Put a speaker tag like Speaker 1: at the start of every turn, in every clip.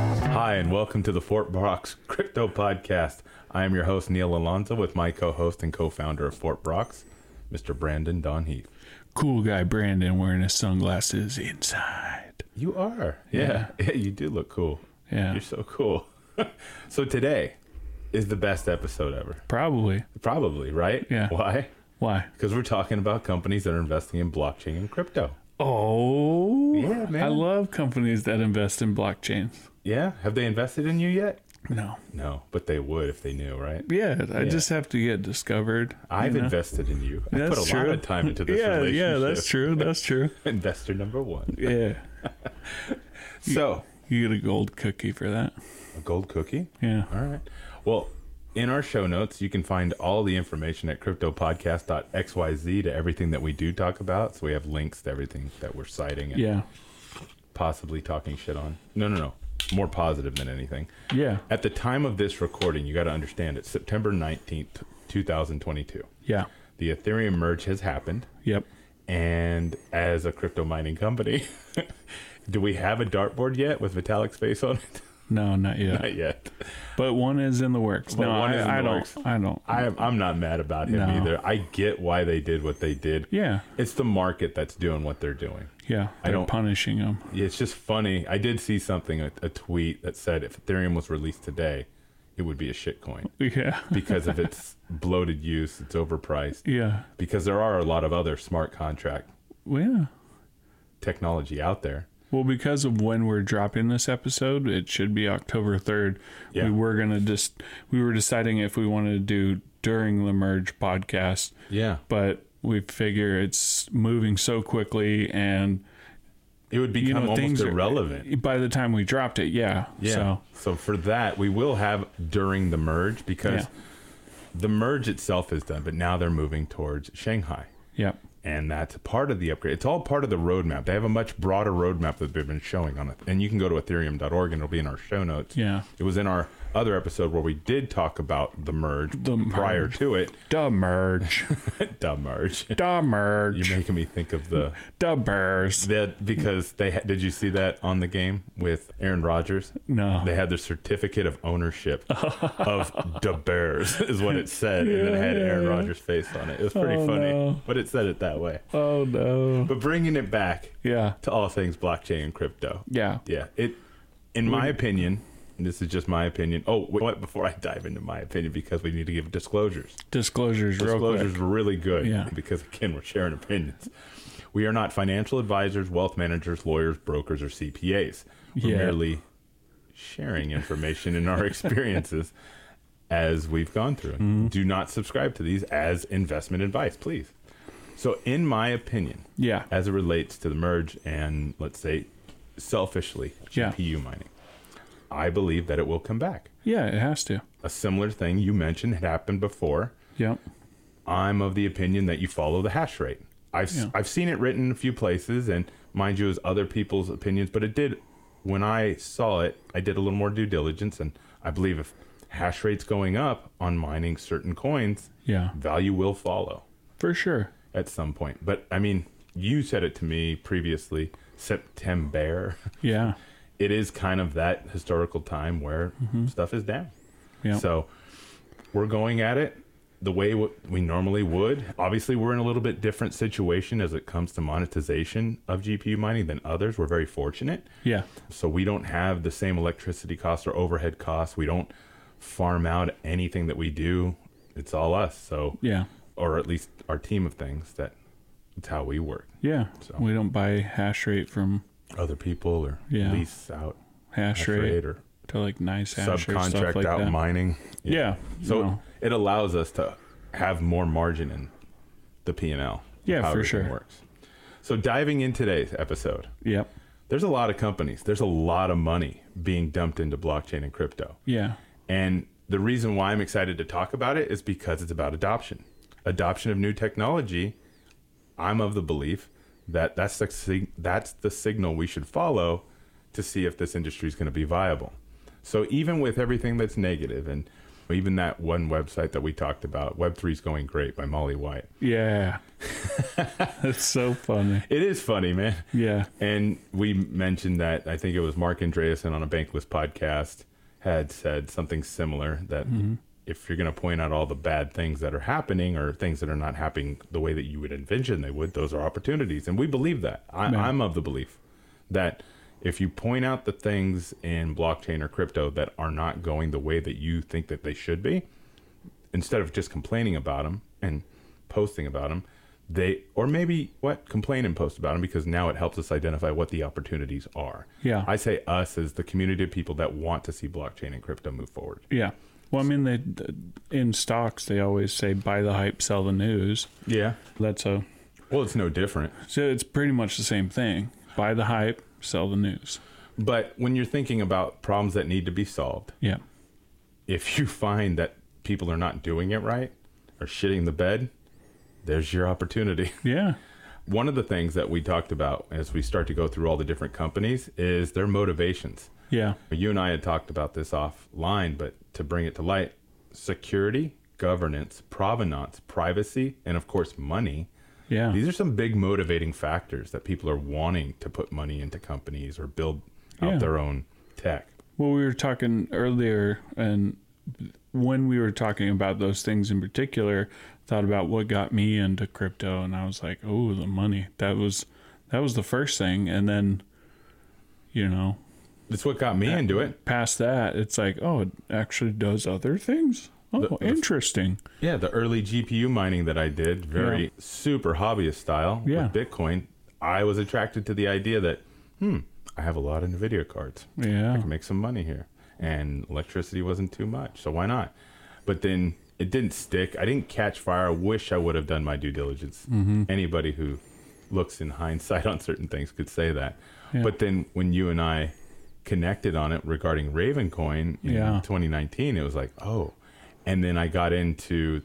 Speaker 1: and welcome to the Fort Brox Crypto Podcast. I am your host, Neil Alonzo, with my co host and co founder of Fort Brox, Mr. Brandon Don Heath.
Speaker 2: Cool guy Brandon wearing his sunglasses inside.
Speaker 1: You are. Yeah. Yeah, you do look cool.
Speaker 2: Yeah.
Speaker 1: You're so cool. so today is the best episode ever.
Speaker 2: Probably.
Speaker 1: Probably, right?
Speaker 2: Yeah.
Speaker 1: Why?
Speaker 2: Why?
Speaker 1: Because we're talking about companies that are investing in blockchain and crypto.
Speaker 2: Oh,
Speaker 1: Yeah, man.
Speaker 2: I love companies that invest in blockchain.
Speaker 1: Yeah. Have they invested in you yet?
Speaker 2: No.
Speaker 1: No, but they would if they knew, right?
Speaker 2: Yeah, I just have to get discovered.
Speaker 1: I've invested in you. I
Speaker 2: That's
Speaker 1: put a
Speaker 2: true.
Speaker 1: lot of time into this
Speaker 2: yeah,
Speaker 1: relationship.
Speaker 2: yeah, that's true. That's true.
Speaker 1: Investor number one.
Speaker 2: Yeah.
Speaker 1: So,
Speaker 2: You get a gold cookie for that.
Speaker 1: a gold cookie?
Speaker 2: Yeah.
Speaker 1: All right. Well, in our show notes, you can find all the information at cryptopodcast.xyz to everything that we do talk about. So we have links to everything that we're citing and
Speaker 2: Yeah.
Speaker 1: possibly talking shit on. No, no, no. More positive than anything.
Speaker 2: Yeah.
Speaker 1: At the time of this recording, you got to understand it's September 19th, 2022.
Speaker 2: Yeah.
Speaker 1: The Ethereum merge has happened.
Speaker 2: Yep.
Speaker 1: And as a crypto mining company, do we have a dartboard yet with Vitalik Space on it?
Speaker 2: No, not yet.
Speaker 1: Not yet.
Speaker 2: But one is in the works.
Speaker 1: But
Speaker 2: no,
Speaker 1: one
Speaker 2: I,
Speaker 1: is in
Speaker 2: I
Speaker 1: the
Speaker 2: don't.
Speaker 1: works.
Speaker 2: I don't.
Speaker 1: I'm, I'm not mad about him
Speaker 2: No.
Speaker 1: either. I get why they did what they did.
Speaker 2: yeah.
Speaker 1: It's the market that's doing what they're doing.
Speaker 2: Yeah. They're
Speaker 1: don't-
Speaker 2: punishing them.
Speaker 1: It's just funny. I did see something, a, a tweet that said if Ethereum was released today, it would be a shitcoin
Speaker 2: Yeah.
Speaker 1: because of its bloated use, it's overpriced.
Speaker 2: Yeah.
Speaker 1: Because there are a lot of other smart contract
Speaker 2: Well, yeah.
Speaker 1: technology out there.
Speaker 2: Well, because of when we're dropping this episode, it should be October 3rd.
Speaker 1: Yeah.
Speaker 2: We were going to just, we were deciding if we wanted to do during the merge podcast,
Speaker 1: Yeah.
Speaker 2: but we figure it's moving so quickly and,
Speaker 1: It would become
Speaker 2: you know,
Speaker 1: almost
Speaker 2: things are-
Speaker 1: irrelevant.
Speaker 2: by the time we dropped it, yeah.
Speaker 1: Yeah.
Speaker 2: So,
Speaker 1: So, for that, we will have during the merge because
Speaker 2: Yeah.
Speaker 1: the merge itself is done, but now they're moving towards Shanghai.
Speaker 2: yep.
Speaker 1: And that's part of the upgrade. It's all part of the roadmap. They have a much broader roadmap that they've been showing on it. And you can go to ethereum.org and it'll be in our show notes.
Speaker 2: Yeah.
Speaker 1: It was in our other episode where we did talk about the merge
Speaker 2: The
Speaker 1: prior to it.
Speaker 2: Da merge.
Speaker 1: the merge.
Speaker 2: da merge.
Speaker 1: You're making me think of the
Speaker 2: Da bears.
Speaker 1: that because they ha- did you see that on the game with Aaron Rodgers?
Speaker 2: No.
Speaker 1: They had their certificate of ownership of the Bears is what it said, and then it had
Speaker 2: Yeah,
Speaker 1: Aaron
Speaker 2: yeah.
Speaker 1: Rodgers' face on it. It was pretty
Speaker 2: Oh,
Speaker 1: funny,
Speaker 2: no.
Speaker 1: but it said it that way.
Speaker 2: Oh, no.
Speaker 1: But bringing it back
Speaker 2: Yeah.
Speaker 1: to all things blockchain and crypto,
Speaker 2: Yeah.
Speaker 1: yeah, it, in my
Speaker 2: Hmm.
Speaker 1: opinion, and this is just my opinion. Oh, wait, what? Before I dive into my opinion, because we need to give disclosures.
Speaker 2: Disclosures, real quick.
Speaker 1: Disclosures are really good
Speaker 2: Yeah.
Speaker 1: because again we're sharing opinions. We are not financial advisors, wealth managers, lawyers, brokers, or CPAs. We're
Speaker 2: Yeah.
Speaker 1: merely sharing information in our experiences as we've gone through.
Speaker 2: Hmm.
Speaker 1: Do not subscribe to these as investment advice, please. So, in my opinion,
Speaker 2: Yeah.
Speaker 1: as it relates to the merge and let's say selfishly
Speaker 2: Yeah.
Speaker 1: GPU mining, I believe that it will come back.
Speaker 2: Yeah, it has to.
Speaker 1: A similar thing you mentioned had happened before.
Speaker 2: Yep.
Speaker 1: I'm of the opinion that you follow the hash rate. I've
Speaker 2: Yeah.
Speaker 1: I've seen it written in a few places, and mind you, it was other people's opinions. But it did when I saw it, I did a little more due diligence, and I believe if hash rate's going up on mining certain coins,
Speaker 2: Yeah.
Speaker 1: value will follow
Speaker 2: For sure.
Speaker 1: at some point. But I mean, you said it to me previously, September.
Speaker 2: Yeah.
Speaker 1: It is kind of that historical time where stuff is down.
Speaker 2: Yeah.
Speaker 1: So we're going at it the way w- we normally would. Obviously, we're in a little bit different situation as it comes to monetization of GPU mining than others. We're very fortunate.
Speaker 2: Yeah.
Speaker 1: So we don't have the same electricity costs or overhead costs. We don't farm out anything that we do. It's all us. So,
Speaker 2: Yeah.
Speaker 1: or at least our team of things that it's how we work.
Speaker 2: Yeah. We don't buy hash rate from
Speaker 1: Other people or
Speaker 2: Yeah.
Speaker 1: lease out
Speaker 2: hash,
Speaker 1: hash
Speaker 2: rate,
Speaker 1: rate or
Speaker 2: to like nice hash rate stuff
Speaker 1: subcontract
Speaker 2: like
Speaker 1: out
Speaker 2: that.
Speaker 1: mining.
Speaker 2: yeah.
Speaker 1: So
Speaker 2: no.
Speaker 1: it allows us to have more margin in the P and L.
Speaker 2: Yeah, for sure.
Speaker 1: Works. So diving in today's episode,
Speaker 2: Yep.
Speaker 1: there's a lot of companies. There's a lot of money being dumped into blockchain and crypto.
Speaker 2: Yeah.
Speaker 1: And the reason why I'm excited to talk about it is because it's about adoption. Adoption of new technology. I'm of the belief that that's the, sig- that's the signal we should follow to see if this industry is going to be viable. So even with everything that's negative and even that one website that we talked about, Web3 is going great by Molly White.
Speaker 2: Yeah. That's so funny.
Speaker 1: It is funny, man.
Speaker 2: Yeah.
Speaker 1: And we mentioned that I think it was Mark Andreessen on a Bankless podcast had said something similar that if you're going to point out all the bad things that are happening or things that are not happening the way that you would envision they would, those are opportunities. And we believe that. I, I'm of the belief that if you point out the things in blockchain or crypto that are not going the way that you think that they should be, instead of just complaining about them and posting about them, they or maybe what complain and post about them because now it helps us identify what the opportunities are.
Speaker 2: Yeah.
Speaker 1: I say us as the community of people that want to see blockchain and crypto move forward.
Speaker 2: Yeah. Well, I mean, they in stocks they always say buy the hype, sell the news.
Speaker 1: Yeah,
Speaker 2: That's a
Speaker 1: well, it's no different.
Speaker 2: so it's pretty much the same thing. Buy the hype, sell the news.
Speaker 1: But when you're thinking about problems that need to be solved,
Speaker 2: Yeah.
Speaker 1: if you find that people are not doing it right or shitting the bed, there's your opportunity.
Speaker 2: Yeah.
Speaker 1: One of the things that we talked about as we start to go through all the different companies is their motivations.
Speaker 2: Yeah.
Speaker 1: You and I had talked about this offline, but to bring it to light, security, governance, provenance, privacy, and of course, money.
Speaker 2: Yeah.
Speaker 1: These are some big motivating factors that people are wanting to put money into companies or build out
Speaker 2: Yeah.
Speaker 1: their own tech.
Speaker 2: Well, we were talking earlier, and when we were talking about those things in particular, thought about what got me into crypto, and I was like, "Oh, the money." That was that was the first thing, and then, you know,
Speaker 1: That's what got me into it.
Speaker 2: past that, it's like, "Oh, it actually does other things." Oh,
Speaker 1: The- the-
Speaker 2: interesting.
Speaker 1: Yeah, the early GPU mining that I did, very
Speaker 2: Yeah.
Speaker 1: super hobbyist style
Speaker 2: Yeah.
Speaker 1: with Bitcoin, I was attracted to the idea that, hmm, I have a lot of NVIDIA cards. I
Speaker 2: Yeah.
Speaker 1: can make some money here. And electricity wasn't too much, so why not? But then it didn't stick. I didn't catch fire. I wish I would have done my due diligence.
Speaker 2: Mm-hmm.
Speaker 1: Anybody who looks in hindsight on certain things could say that.
Speaker 2: Yeah.
Speaker 1: But then when you and I connected on it regarding Ravencoin in
Speaker 2: Yeah.
Speaker 1: 2019, it was like, oh. And then I got into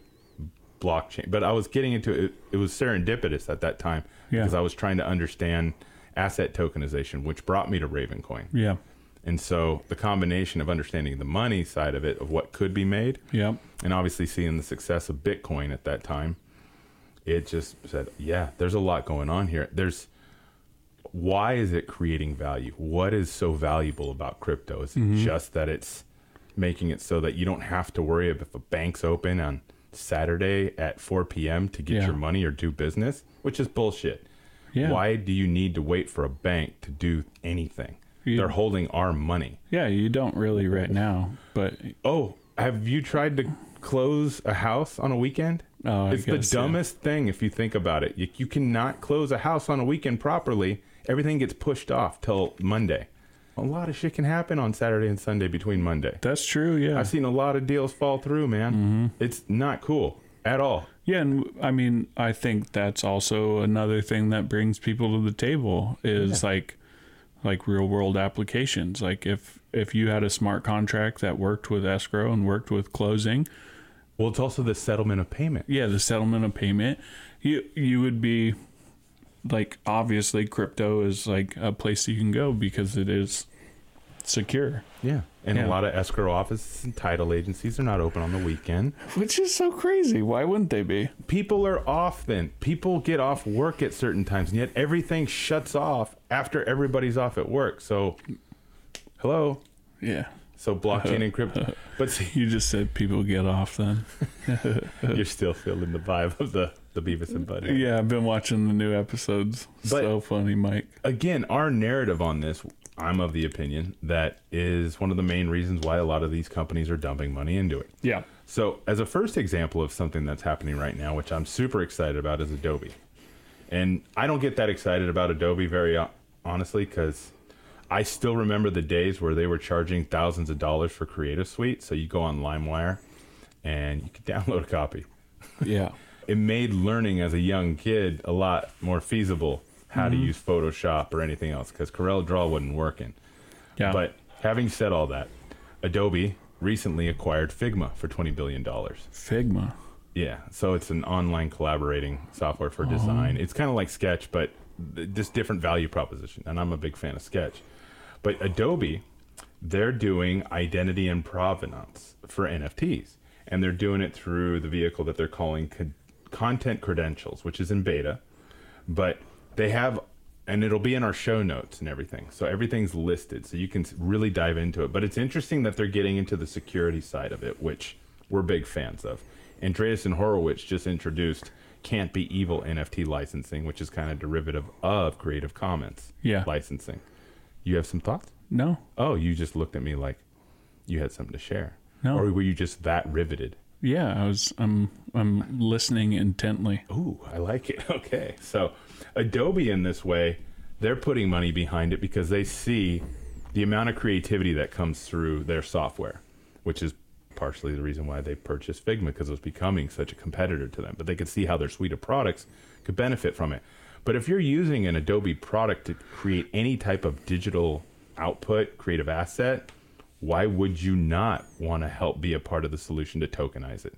Speaker 1: blockchain, but I was getting into it. It was serendipitous at that time
Speaker 2: Yeah.
Speaker 1: because I was trying to understand asset tokenization, which brought me to Ravencoin.
Speaker 2: Yeah.
Speaker 1: And so the combination of understanding the money side of it, of what could be made,
Speaker 2: Yep.
Speaker 1: and obviously seeing the success of Bitcoin at that time, it just said, yeah, there's a lot going on here. There's why is it creating value? What is so valuable about crypto? Is it
Speaker 2: Mm-hmm.
Speaker 1: just that it's making it so that you don't have to worry if a bank's open on Saturday at 4 p.m. to get
Speaker 2: Yeah.
Speaker 1: your money or do business, which is bullshit.
Speaker 2: Yeah.
Speaker 1: Why do you need to wait for a bank to do anything?
Speaker 2: You-
Speaker 1: They're holding our money.
Speaker 2: Yeah. You don't really right now, but
Speaker 1: Oh, have you tried to close a house on a weekend?
Speaker 2: Oh, I
Speaker 1: it's
Speaker 2: guess,
Speaker 1: the
Speaker 2: yeah.
Speaker 1: dumbest thing if you think about it. You, you cannot close a house on a weekend properly. Everything gets pushed off till Monday. A lot of shit can happen on Saturday and Sunday between Monday.
Speaker 2: that's true. Yeah.
Speaker 1: I've seen a lot of deals fall through, man. It's not cool at all.
Speaker 2: Yeah, and I mean, I think that's also another thing that brings people to the table is like like real world applications. Like if if you had a smart contract that worked with escrow and worked with closing,
Speaker 1: Well, it's also the settlement of payment.
Speaker 2: yeah, the settlement of payment, you you would be like obviously crypto is like a place you can go because it is secure.
Speaker 1: Yeah. And
Speaker 2: Yeah.
Speaker 1: a lot of escrow offices and title agencies are not open on the weekend.
Speaker 2: Which is so crazy. Why wouldn't they be?
Speaker 1: people are off then people get off work at certain times and yet everything shuts off after everybody's off at work so hello
Speaker 2: Yeah.
Speaker 1: so blockchain and crypto but see
Speaker 2: You just said people get off then.
Speaker 1: you're still feeling the vibe of the the beavis and butthead
Speaker 2: Yeah, I've been watching the new episodes. so funny, Mike.
Speaker 1: again our narrative on this i'm of the opinion that is one of the main reasons why a lot of these companies are dumping money into it
Speaker 2: Yeah.
Speaker 1: So, as a first example of something that's happening right now, which I'm super excited about, is Adobe. And I don't get that excited about Adobe very o- honestly because I still remember the days where they were charging thousands of dollars for Creative Suite. So, you go on LimeWire and you could download a copy.
Speaker 2: Yeah.
Speaker 1: It made learning as a young kid a lot more feasible how to use Photoshop or anything else because Corel Draw wasn't working.
Speaker 2: Yeah.
Speaker 1: But having said all that, Adobe recently acquired Figma for $20 billion.
Speaker 2: Figma.
Speaker 1: Yeah, so it's an online collaborating software for design. It's kind of like Sketch, but th- just different value proposition. And I'm a big fan of Sketch. But Adobe, they're doing identity and provenance for NFTs. And they're doing it through the vehicle that they're calling con- Content Credentials, which is in beta. But they have and it'll be in our show notes and everything. So everything's listed, so you can s- really dive into it. But it's interesting that they're getting into the security side of it, which we're big fans of. Andreessen Horowitz just introduced can't be evil NFT licensing, which is kind of derivative of Creative Commons
Speaker 2: Yeah.
Speaker 1: licensing. You have some thoughts?
Speaker 2: No.
Speaker 1: Oh, you just looked at me like you had something to share.
Speaker 2: No.
Speaker 1: Or were you just that riveted?
Speaker 2: Yeah, I was. I'm. I'm listening intently.
Speaker 1: Ooh, I like it. Okay. So Adobe in this way, they're putting money behind it because they see the amount of creativity that comes through their software, which is partially the reason why they purchased Figma because it was becoming such a competitor to them. But they could see how their suite of products could benefit from it. But if you're using an Adobe product to create any type of digital output, creative asset, why would you not want to help be a part of the solution to tokenize it?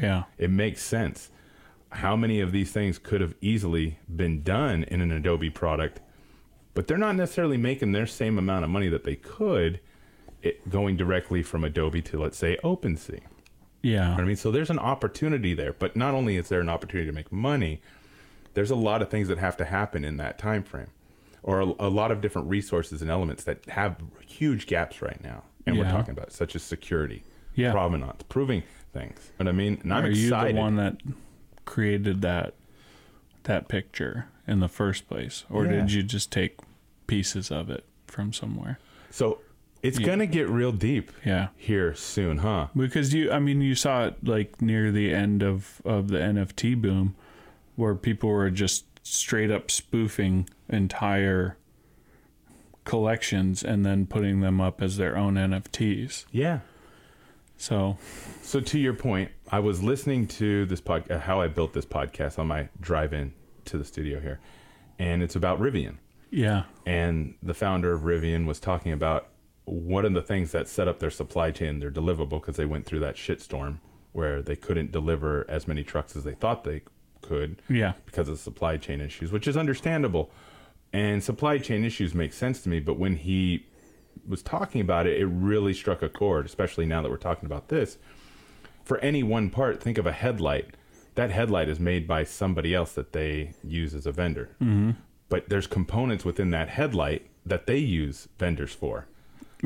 Speaker 2: Yeah.
Speaker 1: it makes sense. How many of these things could have easily been done in an Adobe product, but they're not necessarily making their same amount of money that they could it going directly from Adobe to, let's say, OpenSea. I
Speaker 2: Yeah.
Speaker 1: mean, so there's an opportunity there, but not only is there an opportunity to make money, there's a lot of things that have to happen in that time frame, or a, a lot of different resources and elements that have huge gaps right now, and we're
Speaker 2: Yeah.
Speaker 1: talking about such as security,
Speaker 2: Yeah.
Speaker 1: provenance, proving things. You know what I mean, and I'm
Speaker 2: Are you
Speaker 1: excited.
Speaker 2: the one that created that that picture in the first place, or
Speaker 1: Yeah.
Speaker 2: did you just take pieces of it from somewhere?
Speaker 1: So it's gonna get real deep
Speaker 2: Yeah.
Speaker 1: here soon, huh?
Speaker 2: because you i mean you saw it like near the end of of the nft boom where people were just straight up spoofing entire collections and then putting them up as their own nfts
Speaker 1: Yeah.
Speaker 2: so
Speaker 1: So to your point, I was listening to this pod, uh, how I built this podcast on my drive in to the studio here, and it's about Rivian.
Speaker 2: yeah
Speaker 1: And the founder of Rivian was talking about one of the things that set up their supply chain, their deliverable, because they went through that shitstorm where they couldn't deliver as many trucks as they thought they could.
Speaker 2: yeah
Speaker 1: because of supply chain issues, which is understandable. And supply chain issues make sense to me, but when he was talking about it, it really struck a chord, especially now that we're talking about this. For any one part, think of a headlight. That headlight is made by somebody else that they use as a vendor. Mm-hmm. But there's components within that headlight that they use vendors for.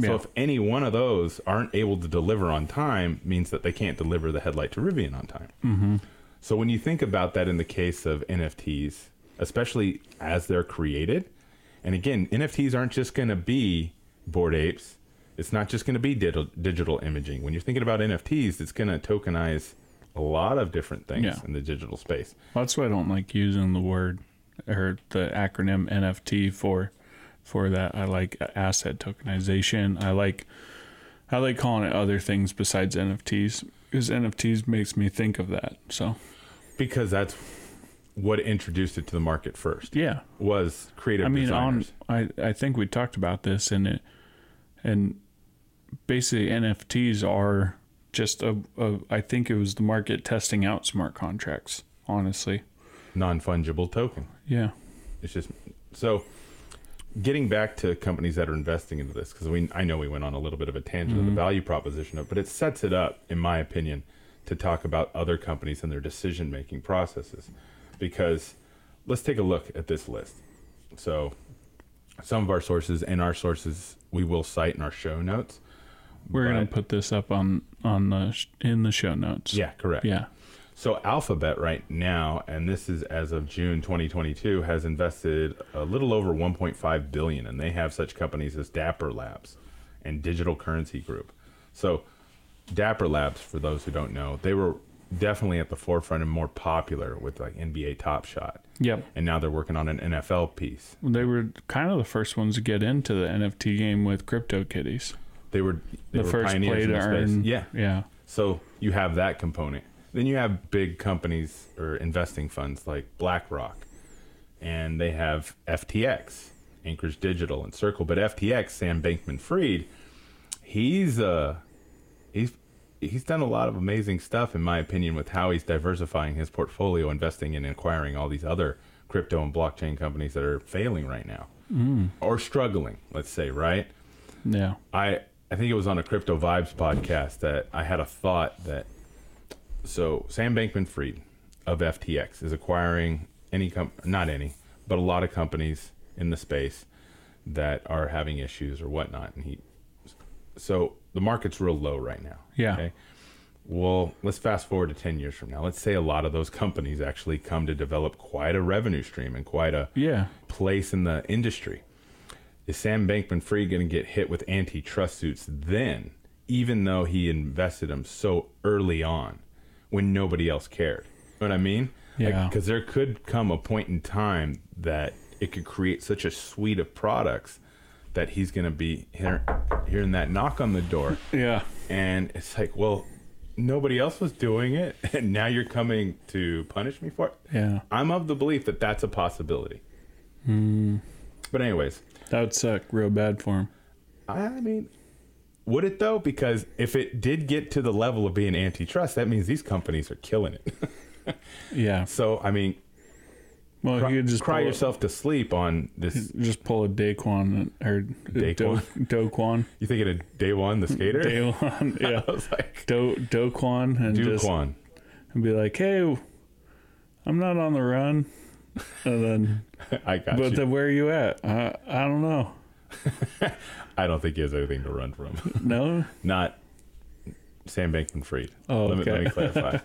Speaker 1: So
Speaker 2: Yeah.
Speaker 1: if any one of those aren't able to deliver on time, means that they can't deliver the headlight to Rivian on time. So when you think about that in the case of NFTs, especially as they're created, and again, NFTs aren't just going to be board apes. It's not just going to be digital, digital imaging. When you're thinking about NFTs, it's going to tokenize a lot of different things
Speaker 2: Yeah.
Speaker 1: in the digital space.
Speaker 2: that's why i don't like using the word or the acronym nft for for that i like asset tokenization i like i like calling it other things besides nfts because nfts makes me think of that so
Speaker 1: Because that's what introduced it to the market first
Speaker 2: Yeah,
Speaker 1: was creative
Speaker 2: I mean,
Speaker 1: designers.
Speaker 2: on I I think we talked about this, and it and basically NFTs are just a, a I think it was the market testing out smart contracts. Honestly,
Speaker 1: non-fungible token.
Speaker 2: yeah,
Speaker 1: It's just so getting back to companies that are investing into this because we I know we went on a little bit of a tangent of the value proposition of, but it sets it up in my opinion to talk about other companies and their decision making processes because let's take a look at this list. So some of our sources and our sources we will cite in our show notes.
Speaker 2: we're gonna
Speaker 1: Right.
Speaker 2: put this up on on the sh- in the show notes.
Speaker 1: Yeah, correct.
Speaker 2: yeah,
Speaker 1: So Alphabet right now, and this is as of June 2022, has invested a little over 1.5 billion, and they have such companies as Dapper Labs and Digital Currency Group. So Dapper Labs, for those who don't know, they were definitely at the forefront and more popular with like NBA Top Shot,
Speaker 2: yep.
Speaker 1: and now they're working on an NFL piece.
Speaker 2: They were kind of the first ones to get into the NFT game with CryptoKitties.
Speaker 1: They were they
Speaker 2: The
Speaker 1: were
Speaker 2: first
Speaker 1: pioneers
Speaker 2: play
Speaker 1: in
Speaker 2: to
Speaker 1: the space.
Speaker 2: earn.
Speaker 1: Yeah,
Speaker 2: yeah,
Speaker 1: So you have that component. Then you have big companies or investing funds like BlackRock, and they have FTX, Anchorage Digital, and Circle. But FTX, Sam Bankman-Fried, he's uh, he's he's done a lot of amazing stuff, in my opinion, with how he's diversifying his portfolio, investing and acquiring all these other crypto and blockchain companies that are failing right now or struggling. Let's say right.
Speaker 2: yeah.
Speaker 1: I I think it was on a Crypto Vibes podcast that I had a thought that so Sam Bankman-Fried of FTX is acquiring any com- not any, but a lot of companies in the space that are having issues or whatnot. And he, so the market's real low right now.
Speaker 2: Yeah.
Speaker 1: Well, let's fast forward to 10 years from now. Let's say a lot of those companies actually come to develop quite a revenue stream and quite a
Speaker 2: Yeah.
Speaker 1: place in the industry. Is Sam Bankman Free going to get hit with antitrust suits then, even though he invested them so early on when nobody else cared? You know what I mean?
Speaker 2: Yeah.
Speaker 1: Because there could come a point in time that it could create such a suite of products that he's going to be hear- hearing that knock on the door.
Speaker 2: Yeah.
Speaker 1: And it's like, well, nobody else was doing it, and now you're coming to punish me for it.
Speaker 2: Yeah.
Speaker 1: I'm of the belief that that's a possibility.
Speaker 2: Hmm.
Speaker 1: But anyways,
Speaker 2: That would suck real bad for him.
Speaker 1: I mean, would it though? Because if it did get to the level of being antitrust, that means these companies are killing it.
Speaker 2: Yeah.
Speaker 1: so I mean,
Speaker 2: Well,
Speaker 1: cry,
Speaker 2: he could just
Speaker 1: cry
Speaker 2: pull Hmm. a-
Speaker 1: yourself to sleep on this.
Speaker 2: just pull a Daquan or
Speaker 1: Daquan?
Speaker 2: Do, Doquan.
Speaker 1: You thinking of day one, the skater?
Speaker 2: Daquan. Yeah.
Speaker 1: I was like,
Speaker 2: Do, Doquan and just
Speaker 1: Duquan.
Speaker 2: and be like, hey, I'm not on the run. And then,
Speaker 1: I got
Speaker 2: but
Speaker 1: you.
Speaker 2: then where are you at? I, I don't know.
Speaker 1: I don't think he has anything to run from.
Speaker 2: No?
Speaker 1: not Sam Bankman Fried.
Speaker 2: Oh,
Speaker 1: let, me, let
Speaker 2: okay.
Speaker 1: me clarify.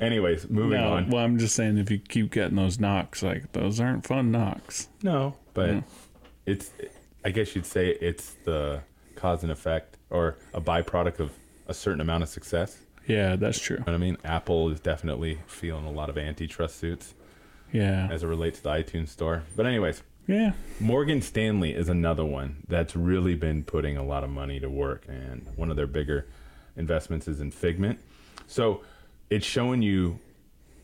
Speaker 1: Anyways, moving
Speaker 2: No.
Speaker 1: on.
Speaker 2: Well, I'm just saying if you keep getting those knocks, like those aren't fun knocks.
Speaker 1: No, but
Speaker 2: Yeah.
Speaker 1: it's, I guess you'd say it's the cause and effect or a byproduct of a certain amount of success.
Speaker 2: Yeah, that's true.
Speaker 1: You know what I mean? Apple is definitely feeling a lot of antitrust suits
Speaker 2: Yeah.
Speaker 1: as it relates to the iTunes store. But, anyways,
Speaker 2: Yeah.
Speaker 1: Morgan Stanley is another one that's really been putting a lot of money to work, and one of their bigger investments is in Figment. So it's showing you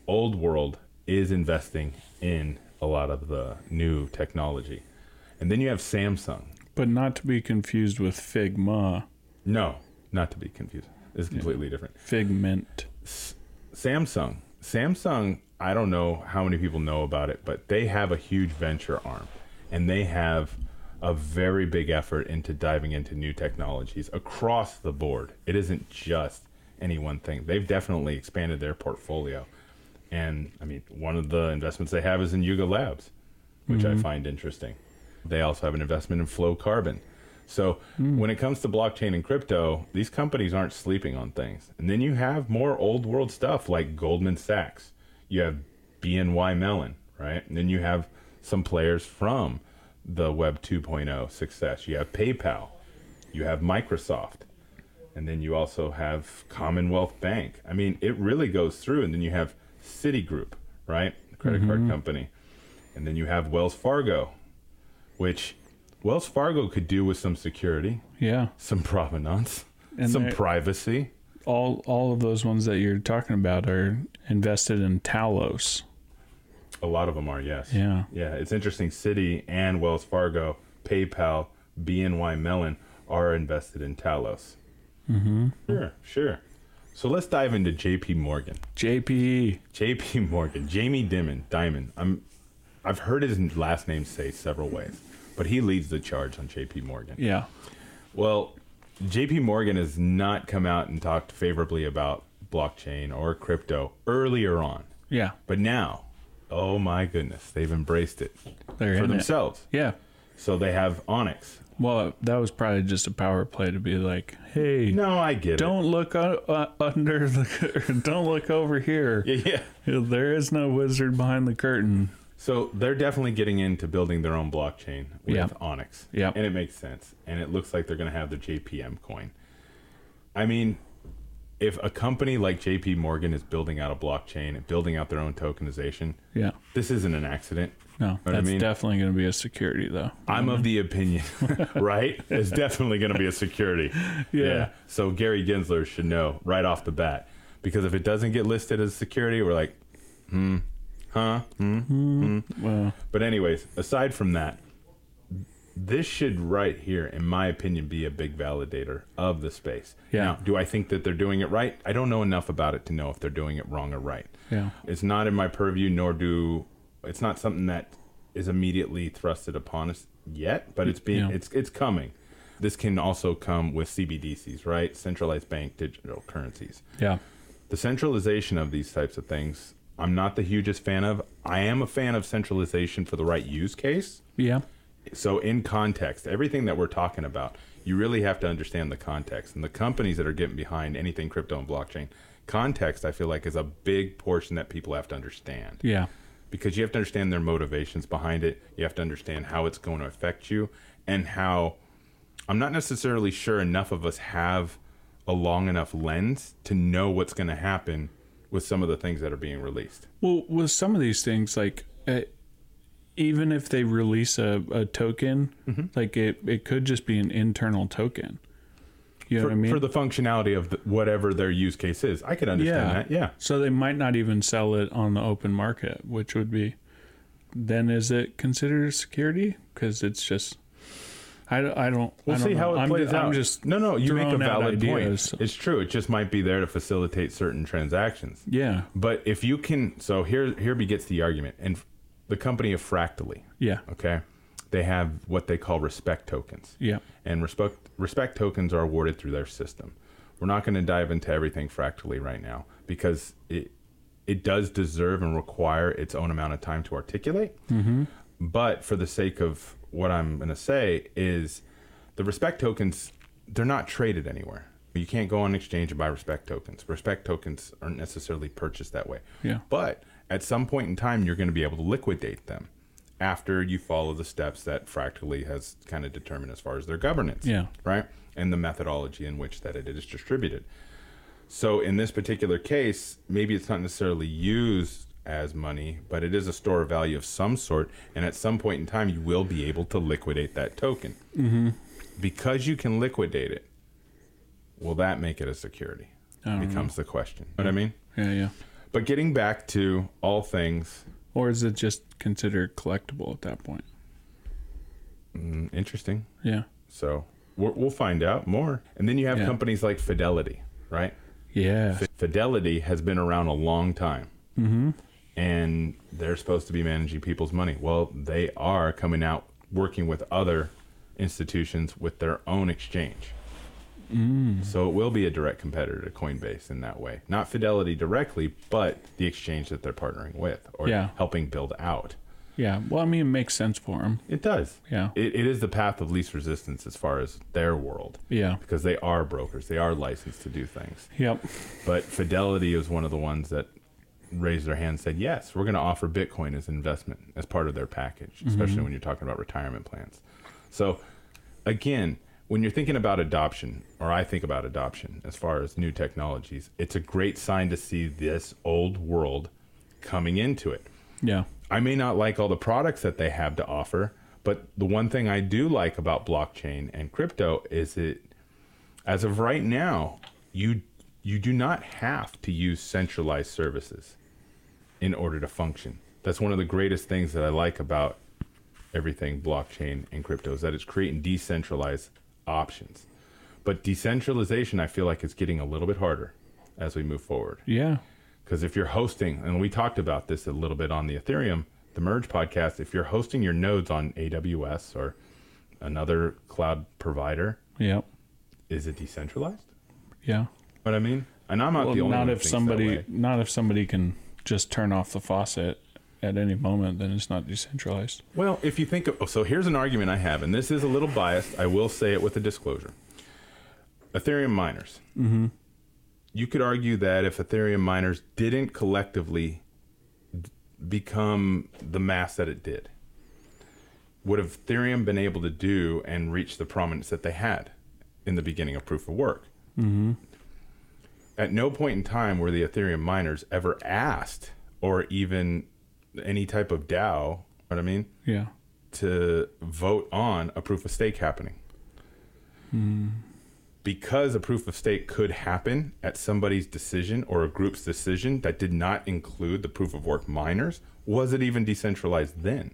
Speaker 1: old world is investing in a lot of the new technology. And then you have Samsung.
Speaker 2: But not to be confused with Figma,
Speaker 1: No, not to be confused. It's completely different.
Speaker 2: Figment.
Speaker 1: Samsung. Samsung, I don't know how many people know about it, but they have a huge venture arm and they have a very big effort into diving into new technologies across the board. It isn't just any one thing. They've definitely expanded their portfolio. And I mean, one of the investments they have is in Yuga Labs, which I find interesting. They also have an investment in Flow Carbon. So when it comes to blockchain and crypto, these companies aren't sleeping on things. And then you have more old world stuff like Goldman Sachs. You have BNY Mellon, right? And then you have some players from the Web 2.0 success. You have PayPal. You have Microsoft. And then you also have Commonwealth Bank. I mean, it really goes through. And then you have Citigroup, right? Credit card company. And then you have Wells Fargo, which Wells Fargo could do with some security,
Speaker 2: Yeah.
Speaker 1: some provenance,
Speaker 2: And
Speaker 1: some
Speaker 2: they're-
Speaker 1: privacy.
Speaker 2: All all of those ones that you're talking about are invested in Talos.
Speaker 1: A lot of them are, yes.
Speaker 2: Yeah.
Speaker 1: Yeah, it's interesting. Citi and Wells Fargo, PayPal, BNY Mellon are invested in Talos. Mm-hmm. Sure, sure. So let's dive into JP Morgan. E.
Speaker 2: JPE.
Speaker 1: JP Morgan, Jamie Dimon, Diamond. I'm I've heard his last name say several ways, but he leads the charge on JP Morgan.
Speaker 2: Yeah.
Speaker 1: Well, JP Morgan has not come out and talked favorably about blockchain or crypto earlier on.
Speaker 2: Yeah.
Speaker 1: But now, oh my goodness, they've embraced it
Speaker 2: They're
Speaker 1: for
Speaker 2: in it.
Speaker 1: themselves.
Speaker 2: Yeah.
Speaker 1: So they have Onyx.
Speaker 2: Well, that was probably just a power play to be like, hey,
Speaker 1: No, I get
Speaker 2: don't look u- uh, under the, don't look over here.
Speaker 1: it. Yeah, yeah.
Speaker 2: There is no wizard behind the curtain.
Speaker 1: So they're definitely getting into building their own blockchain with
Speaker 2: Yeah.
Speaker 1: Onyx.
Speaker 2: Yeah.
Speaker 1: And it makes sense. And it looks like they're going to have the JPM coin. I mean, if a company like JP Morgan is building out a blockchain and building out their own tokenization,
Speaker 2: Yeah.
Speaker 1: this isn't an accident.
Speaker 2: No,
Speaker 1: I
Speaker 2: that's
Speaker 1: mean?
Speaker 2: definitely going to be a security though.
Speaker 1: I'm of the opinion, right? It's definitely going to be a security. So Gary Gensler should know right off the bat because if it doesn't get listed as security, we're like,
Speaker 2: Well,
Speaker 1: But anyways, aside from that, this should right here, in my opinion, be a big validator of the space.
Speaker 2: Yeah.
Speaker 1: Now, do I think that they're doing it right? I don't know enough about it to know if they're doing it wrong or right.
Speaker 2: Yeah.
Speaker 1: It's not in my purview, nor do it's not something that is immediately thrusted upon us yet, but it's being
Speaker 2: Yeah.
Speaker 1: it's it's coming. This can also come with CBDCs, right? Centralized bank digital currencies
Speaker 2: yeah.
Speaker 1: the centralization of these types of things I'm not the hugest fan of. I am a fan of centralization for the right use case.
Speaker 2: Yeah.
Speaker 1: So, in context, everything that we're talking about, you really have to understand the context and the companies that are getting behind anything crypto and blockchain. Context, I feel like, is a big portion that people have to understand
Speaker 2: Yeah.
Speaker 1: because you have to understand their motivations behind it. You have to understand how it's going to affect you and how I'm not necessarily sure enough of us have a long enough lens to know what's going to happen with some of the things that are being released.
Speaker 2: Well, with some of these things, like uh, even if they release a, a token,
Speaker 1: Mm-hmm.
Speaker 2: like it, it could just be an internal token. You know
Speaker 1: For,
Speaker 2: what I mean?
Speaker 1: for the functionality of the, whatever their use case is, I can understand
Speaker 2: yeah.
Speaker 1: that. Yeah.
Speaker 2: So they might not even sell it on the open market, which would be then is it considered security? Because it's just. I, don't- I don't.
Speaker 1: We'll
Speaker 2: I don't
Speaker 1: see
Speaker 2: know.
Speaker 1: how it
Speaker 2: I'm
Speaker 1: plays
Speaker 2: ju-
Speaker 1: out.
Speaker 2: I'm just
Speaker 1: no, no, you make a
Speaker 2: throwing out
Speaker 1: valid
Speaker 2: ideas.
Speaker 1: point. It's true. It just might be there to facilitate certain transactions.
Speaker 2: yeah,
Speaker 1: But if you can, so here here begets the argument, and the company of Fractally,
Speaker 2: yeah,
Speaker 1: okay, they have what they call respect tokens,
Speaker 2: yeah,
Speaker 1: and respect respect tokens are awarded through their system. We're not going to dive into everything Fractally right now because it it does deserve and require its own amount of time to articulate. But for the sake of what I'm going to say is the respect tokens, they're not traded anywhere. You can't go on exchange and buy respect tokens. Respect tokens aren't necessarily purchased that way.
Speaker 2: Yeah.
Speaker 1: But at some point in time, you're going to be able to liquidate them after you follow the steps that Fractally has kind of determined as far as their governance.
Speaker 2: Yeah.
Speaker 1: Right? And the methodology in which that it is distributed. So in this particular case, maybe it's not necessarily used as money, but it is a store of value of some sort, and at some point in time, you will be able to liquidate that token. Mm-hmm. Because you can liquidate it, will that make it a security? Becomes the question. Know what I mean?
Speaker 2: yeah, yeah.
Speaker 1: But getting back to all things
Speaker 2: Or is it just considered collectible at that point?
Speaker 1: mm, interesting,
Speaker 2: Yeah,
Speaker 1: so we're, we'll find out more. And then you have
Speaker 2: Yeah.
Speaker 1: companies like Fidelity, right?
Speaker 2: yeah,
Speaker 1: Fidelity has been around a long time.
Speaker 2: Mm-hmm.
Speaker 1: And they're supposed to be managing people's money. Well, they are coming out working with other institutions with their own exchange.
Speaker 2: Mm.
Speaker 1: So it will be a direct competitor to Coinbase in that way. Not Fidelity directly, but the exchange that they're partnering with or
Speaker 2: Yeah.
Speaker 1: helping build out.
Speaker 2: yeah. Well, I mean, it makes sense for him.
Speaker 1: It does.
Speaker 2: Yeah.
Speaker 1: It, it is the path of least resistance as far as their world
Speaker 2: Yeah.
Speaker 1: because they are brokers, they are licensed to do things.
Speaker 2: Yep.
Speaker 1: But Fidelity was one of the ones that raised their hand and said, yes, we're going to offer Bitcoin as an investment as part of their package, especially when you're talking about retirement plans. So, again, when you're thinking about adoption, or I think about adoption as far as new technologies, it's a great sign to see this old world coming into it.
Speaker 2: Yeah.
Speaker 1: I may not like all the products that they have to offer, but the one thing I do like about blockchain and crypto is it as of right now, you you do not have to use centralized services in order to function. That's one of the greatest things that I like about everything blockchain and crypto is that it's creating decentralized options. But decentralization I feel like is getting a little bit harder as we move forward.
Speaker 2: Yeah.
Speaker 1: Because if you're hosting, and we talked about this a little bit on the Ethereum, the Merge podcast, if you're hosting your nodes on AWS or another cloud provider,
Speaker 2: Yep.
Speaker 1: is it decentralized?
Speaker 2: Yeah.
Speaker 1: What I mean? And I'm not
Speaker 2: Well,
Speaker 1: the only
Speaker 2: not
Speaker 1: one. who
Speaker 2: if
Speaker 1: thinks that
Speaker 2: somebody
Speaker 1: way.
Speaker 2: not if somebody can just turn off the faucet at any moment, then it's not decentralized.
Speaker 1: Well, if you think of, oh, so, here's an argument I have, and this is a little biased. I will say it with a disclosure. Ethereum miners. Mm-hmm. You could argue that if Ethereum miners didn't collectively d- become the mass that it did, would have Ethereum been able to do and reach the prominence that they had in the beginning of proof of work? Mm-hmm. At no point in time were the Ethereum miners ever asked or even any type of DAO, know what I mean,
Speaker 2: Yeah.
Speaker 1: to vote on a proof of stake happening.
Speaker 2: Hmm.
Speaker 1: Because a proof of stake could happen at somebody's decision or a group's decision that did not include the proof of work miners, was it even decentralized then?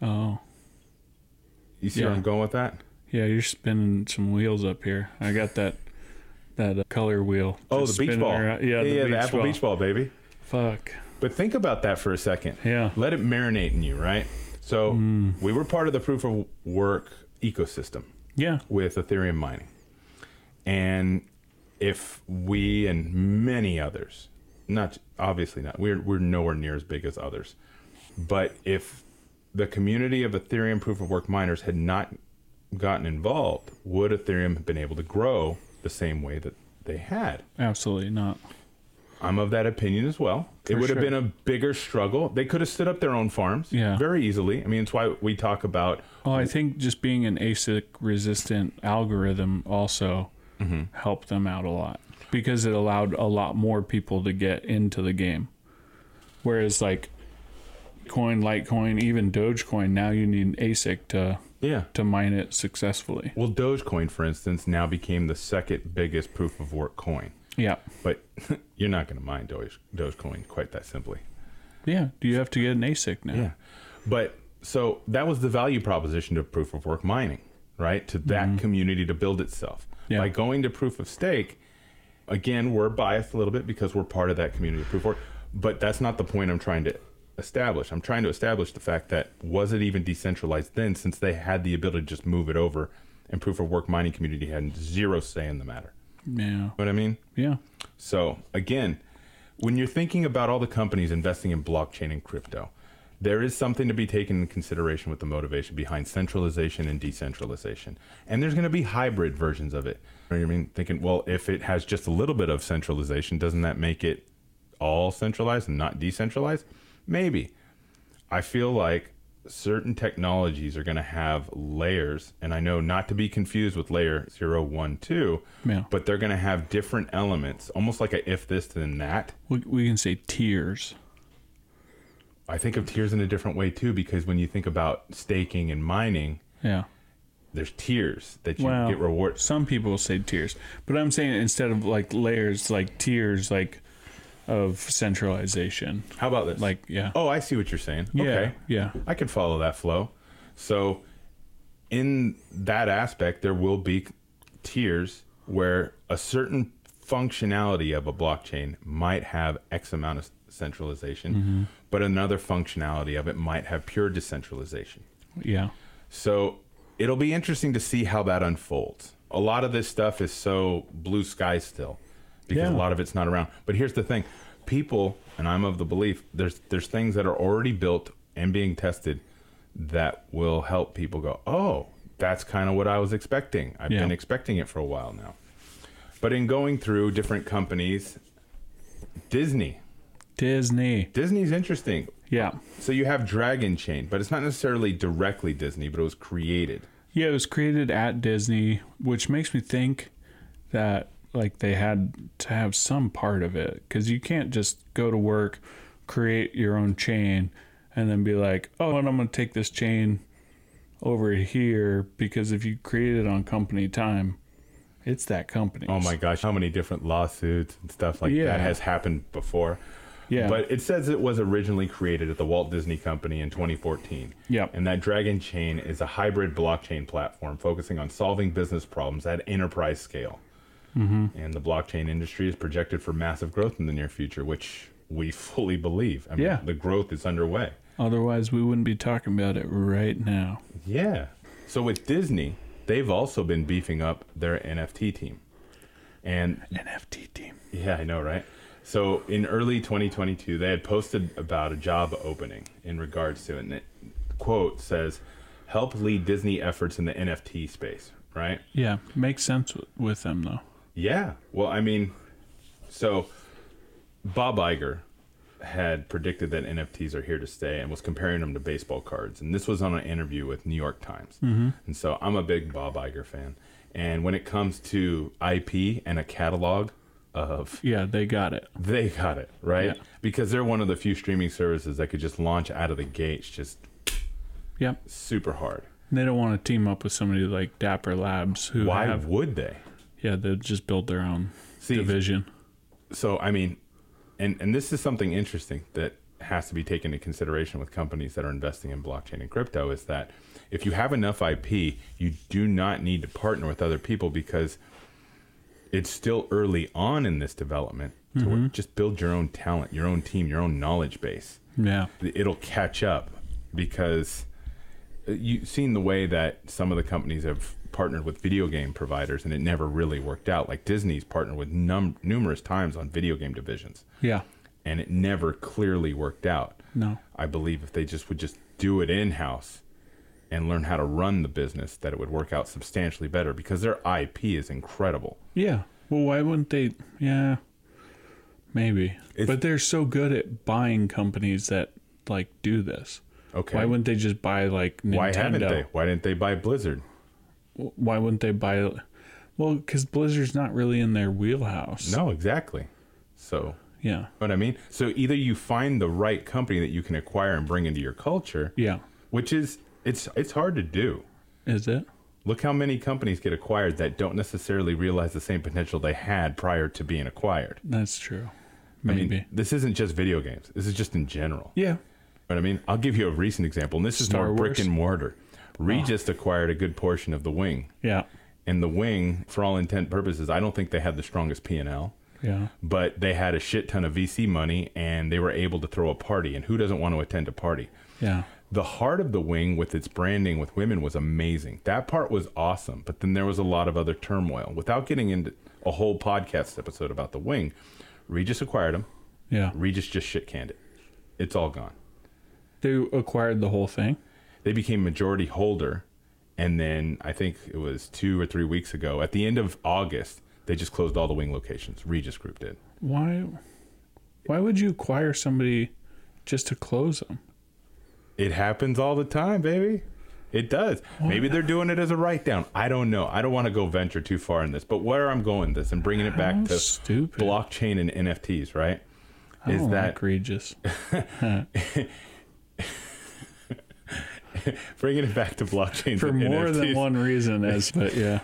Speaker 2: Oh.
Speaker 1: You see where
Speaker 2: Yeah.
Speaker 1: I'm going with that?
Speaker 2: Yeah, you're spinning some wheels up here. I got that that uh, color wheel.
Speaker 1: Oh,
Speaker 2: just
Speaker 1: the beach
Speaker 2: spinning
Speaker 1: ball.
Speaker 2: around. Yeah, the, beach
Speaker 1: Apple
Speaker 2: ball.
Speaker 1: beach ball, baby.
Speaker 2: Fuck.
Speaker 1: But think about that for a second.
Speaker 2: Yeah. Hmm.
Speaker 1: Let it marinate in you, right? So we were part of the proof of work ecosystem.
Speaker 2: Yeah.
Speaker 1: with Ethereum mining. And if we and many others not obviously not. We're we're nowhere near as big as others. But if the community of Ethereum proof of work miners had not gotten involved, would Ethereum have been able to grow the same way that they had?
Speaker 2: Absolutely not.
Speaker 1: I'm of that opinion as well. it
Speaker 2: For
Speaker 1: would have
Speaker 2: sure.
Speaker 1: been a bigger struggle. They could have stood up their own farms
Speaker 2: Yeah.
Speaker 1: very easily. I mean, it's why we talk about
Speaker 2: Oh, I think just being an ASIC resistant algorithm also helped them out a lot because it allowed a lot more people to get into the game. Whereas, like Coin, Litecoin, even Dogecoin, now you need an ASIC to
Speaker 1: yeah.
Speaker 2: to mine it successfully.
Speaker 1: Well, Dogecoin, for instance, now became the second biggest proof of work coin.
Speaker 2: Yeah,
Speaker 1: But you're not going to mine Doge, Dogecoin quite that simply.
Speaker 2: yeah. Do you have to get an ASIC now?
Speaker 1: Yeah. But so that was the value proposition to proof of work mining, right? To that community to build itself.
Speaker 2: Yeah.
Speaker 1: By going to proof of stake, again, we're biased a little bit because we're part of that community of proof of work. But that's not the point I'm trying to establish. I'm trying to establish the fact that was it even decentralized then since they had the ability to just move it over and proof of work mining community had zero say in the matter.
Speaker 2: yeah,
Speaker 1: You know what I mean?
Speaker 2: yeah.
Speaker 1: So again, when you're thinking about all the companies investing in blockchain and crypto, there is something to be taken in consideration with the motivation behind centralization and decentralization. And there's going to be hybrid versions of it. You know what I mean, thinking, well, if it has just a little bit of centralization, doesn't that make it all centralized and not decentralized? Maybe. I feel like certain technologies are going to have layers, and I know not to be confused with layer zero, one, two,
Speaker 2: Yeah.
Speaker 1: but they're going to have different elements, almost like a if this then that.
Speaker 2: We, we can say tiers.
Speaker 1: I think of tiers in a different way too, because when you think about staking and mining,
Speaker 2: Yeah.
Speaker 1: there's tiers that you
Speaker 2: Well,
Speaker 1: get rewards.
Speaker 2: Some people say tiers, but I'm saying instead of like layers, like tiers, like of centralization.
Speaker 1: How about this?
Speaker 2: Like yeah,
Speaker 1: oh, I see what you're saying.
Speaker 2: yeah,
Speaker 1: Okay.
Speaker 2: yeah,
Speaker 1: I can follow that flow. So, in that aspect, there will be tiers where a certain functionality of a blockchain might have X amount of centralization,
Speaker 2: Mm-hmm.
Speaker 1: but another functionality of it might have pure decentralization.
Speaker 2: yeah,
Speaker 1: So, it'll be interesting to see how that unfolds. A lot of this stuff is so blue sky still because
Speaker 2: Yeah.
Speaker 1: a lot of it's not around. But here's the thing people, and I'm of the belief, there's, there's things that are already built and being tested that will help people go, oh, that's kind of what I was expecting. I've
Speaker 2: Yeah.
Speaker 1: been expecting it for a while now. But in going through different companies, Disney.
Speaker 2: Disney.
Speaker 1: Disney's interesting.
Speaker 2: Yeah,
Speaker 1: So you have Dragon Chain, but it's not necessarily directly Disney, but it was created.
Speaker 2: yeah. It was created at Disney, which makes me think that like they had to have some part of it because you can't just go to work, create your own chain, and then be like, oh, and I'm gonna take this chain over here because if you create it on company time. It's that company.
Speaker 1: Oh my gosh, how many different lawsuits and stuff like
Speaker 2: Yeah.
Speaker 1: that has happened before.
Speaker 2: Yeah.
Speaker 1: But it says it was originally created at the Walt Disney Company in 2014.
Speaker 2: Yep.
Speaker 1: And that Dragon Chain is a hybrid blockchain platform focusing on solving business problems at enterprise scale. Mm-hmm. And the blockchain industry is projected for massive growth in the near future, which we fully believe. I mean,
Speaker 2: Yeah.
Speaker 1: the growth is underway.
Speaker 2: Otherwise, we wouldn't be talking about it right now.
Speaker 1: Yeah. So with Disney, they've also been beefing up their NFT team. And
Speaker 2: NFT team.
Speaker 1: Yeah, I know, right? So in early 2022, they had posted about a job opening in regards to it. And it, quote says, help lead Disney efforts in the NFT space, right?
Speaker 2: Yeah, makes sense w- with them though.
Speaker 1: Yeah. Well, I mean, so Bob Iger had predicted that NFTs are here to stay and was comparing them to baseball cards. And this was on an interview with New York Times. And so I'm a big Bob Iger fan. And when it comes to IP and a catalog of
Speaker 2: Yeah, they got it.
Speaker 1: they got it right
Speaker 2: Yeah.
Speaker 1: because they're one of the few streaming services that could just launch out of the gates just
Speaker 2: Yep.
Speaker 1: super hard
Speaker 2: They don't want to team up with somebody like Dapper Labs who
Speaker 1: why
Speaker 2: have
Speaker 1: would they
Speaker 2: yeah, they just build their own
Speaker 1: See,
Speaker 2: division.
Speaker 1: so i mean and and this is something interesting that has to be taken into consideration with companies that are investing in blockchain and crypto is that if you have enough ip you do not need to partner with other people because it's still early on in this development to
Speaker 2: Mm-hmm.
Speaker 1: where just build your own talent your own team your own knowledge base
Speaker 2: Yeah.
Speaker 1: it'll catch up because uh, you've seen the way that some of the companies have partnered with video game providers and it never really worked out. Like Disney's partnered with num- numerous times on video game divisions.
Speaker 2: Yeah.
Speaker 1: and it never clearly worked out.
Speaker 2: No.
Speaker 1: I believe if they just would just do it in house and learn how to run the business, that it would work out substantially better because their IP is incredible.
Speaker 2: Yeah. Well, why wouldn't they? Yeah. Maybe.
Speaker 1: It's-
Speaker 2: but they're so good at buying companies that like do this.
Speaker 1: Okay.
Speaker 2: Why wouldn't they just buy like Nintendo?
Speaker 1: Why haven't they? Why didn't they buy Blizzard?
Speaker 2: Why wouldn't they buy? Well, because Blizzard's not really in their wheelhouse.
Speaker 1: No, exactly. So,
Speaker 2: Yeah.
Speaker 1: what I mean? So either you find the right company that you can acquire and bring into your culture,
Speaker 2: Yeah.
Speaker 1: which is it's it's hard to do.
Speaker 2: Is it?
Speaker 1: Look how many companies get acquired that don't necessarily realize the same potential they had prior to being acquired.
Speaker 2: That's true.
Speaker 1: I
Speaker 2: Maybe.
Speaker 1: mean, this isn't just video games. This is just in general.
Speaker 2: yeah.
Speaker 1: You know what I mean? I'll give you a recent example, and this is
Speaker 2: Star
Speaker 1: more brick
Speaker 2: Wars? Oh.
Speaker 1: and mortar. Regis acquired a good portion of the wing,
Speaker 2: Yeah.
Speaker 1: and the wing, for all intent and purposes, I don't think they had the strongest P and L,
Speaker 2: Yeah.
Speaker 1: but they had a shit ton of VC money, and they were able to throw a party. And who doesn't want to attend a party?
Speaker 2: Yeah.
Speaker 1: The heart of the wing with its branding with women was amazing. That part was awesome, but then there was a lot of other turmoil. Without getting into a whole podcast episode about the wing, Regis acquired them.
Speaker 2: Yeah.
Speaker 1: Regis just shit canned it. It's all gone.
Speaker 2: They acquired the whole thing.
Speaker 1: They became majority holder, and then I think it was two or three weeks ago, at the end of August, they just closed all the wing locations. Regis Group did.
Speaker 2: Why? Why would you acquire somebody just to close them?
Speaker 1: It happens all the time, baby. It does. Maybe they're doing it as a write down. I don't know. I don't want to go venture too far in this, but where I'm going with this and bringing it back
Speaker 2: How
Speaker 1: to
Speaker 2: Oh, stupid. Oh,
Speaker 1: blockchain and NFTs, right?
Speaker 2: I
Speaker 1: is
Speaker 2: don't
Speaker 1: that-
Speaker 2: like Regis?
Speaker 1: Bringing it back to blockchain
Speaker 2: for
Speaker 1: and
Speaker 2: more than
Speaker 1: NFTs.
Speaker 2: one reason as but yeah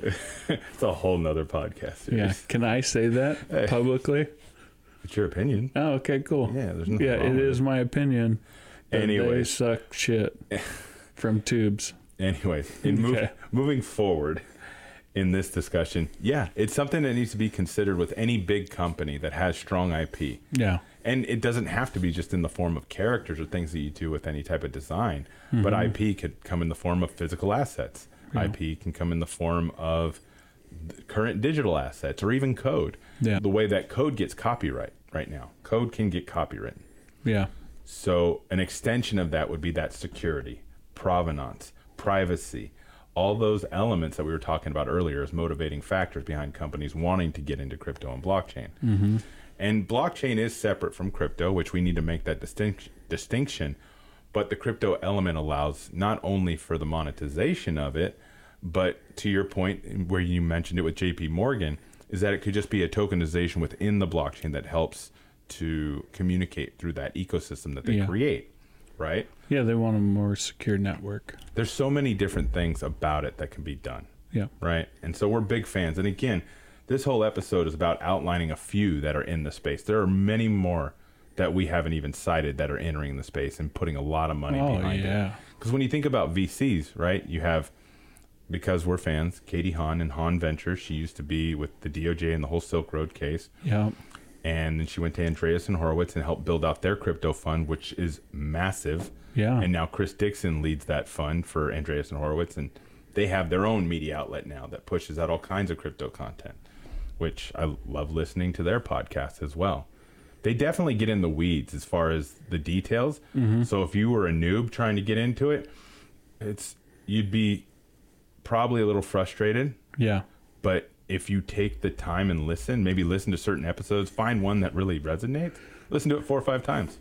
Speaker 1: It's a whole nother podcast. Series.
Speaker 2: yeah can i say that publicly
Speaker 1: It's your opinion.
Speaker 2: oh okay cool
Speaker 1: Yeah, there's nothing
Speaker 2: yeah
Speaker 1: wrong
Speaker 2: it
Speaker 1: with
Speaker 2: is my opinion that they
Speaker 1: Anyways.
Speaker 2: suck shit from tubes
Speaker 1: Anyways, in move,
Speaker 2: Okay.
Speaker 1: moving forward in this discussion, yeah, it's something that needs to be considered with any big company that has strong IP.
Speaker 2: yeah
Speaker 1: And it doesn't have to be just in the form of characters or things that you do with any type of design, but IP could come in the form of physical assets. IP can come in the form of th- current digital assets or even code.
Speaker 2: Yeah.
Speaker 1: The way that code gets copyright right now, code can get copywritten.
Speaker 2: yeah
Speaker 1: So an extension of that would be that security, provenance, privacy, all those elements that we were talking about earlier as motivating factors behind companies wanting to get into crypto and blockchain. And blockchain is separate from crypto, which we need to make that distinction. Distinction, but the crypto element allows not only for the monetization of it, but to your point where you mentioned it with J.P. Morgan, is that it could just be a tokenization within the blockchain that helps to communicate through that ecosystem that they
Speaker 2: Yeah.
Speaker 1: create, right?
Speaker 2: yeah they want a more secure network
Speaker 1: There's so many different things about it that can be done
Speaker 2: yeah
Speaker 1: right? And so we're big fans. And again, this whole episode is about outlining a few that are in the space. There are many more that we haven't even cited that are entering the space and putting a lot of money
Speaker 2: oh
Speaker 1: behind it.
Speaker 2: yeah
Speaker 1: Because when you think about VCs, right, you have because we're fans, Katie Hahn and Hahn Ventures. She used to be with the DOJ and the whole Silk Road case.
Speaker 2: yeah
Speaker 1: And then she went to Andreas and Horowitz and helped build out their crypto fund, which is massive.
Speaker 2: Yeah.
Speaker 1: And now Chris Dixon leads that fund for Andreas and Horowitz, and they have their own media outlet now that pushes out all kinds of crypto content, which I love listening to their podcast as well. They definitely get in the weeds as far as the details. So if you were a noob trying to get into it, it's you'd be probably a little frustrated
Speaker 2: yeah
Speaker 1: but if you take the time and listen, maybe listen to certain episodes, find one that really resonates, listen to it four or five times.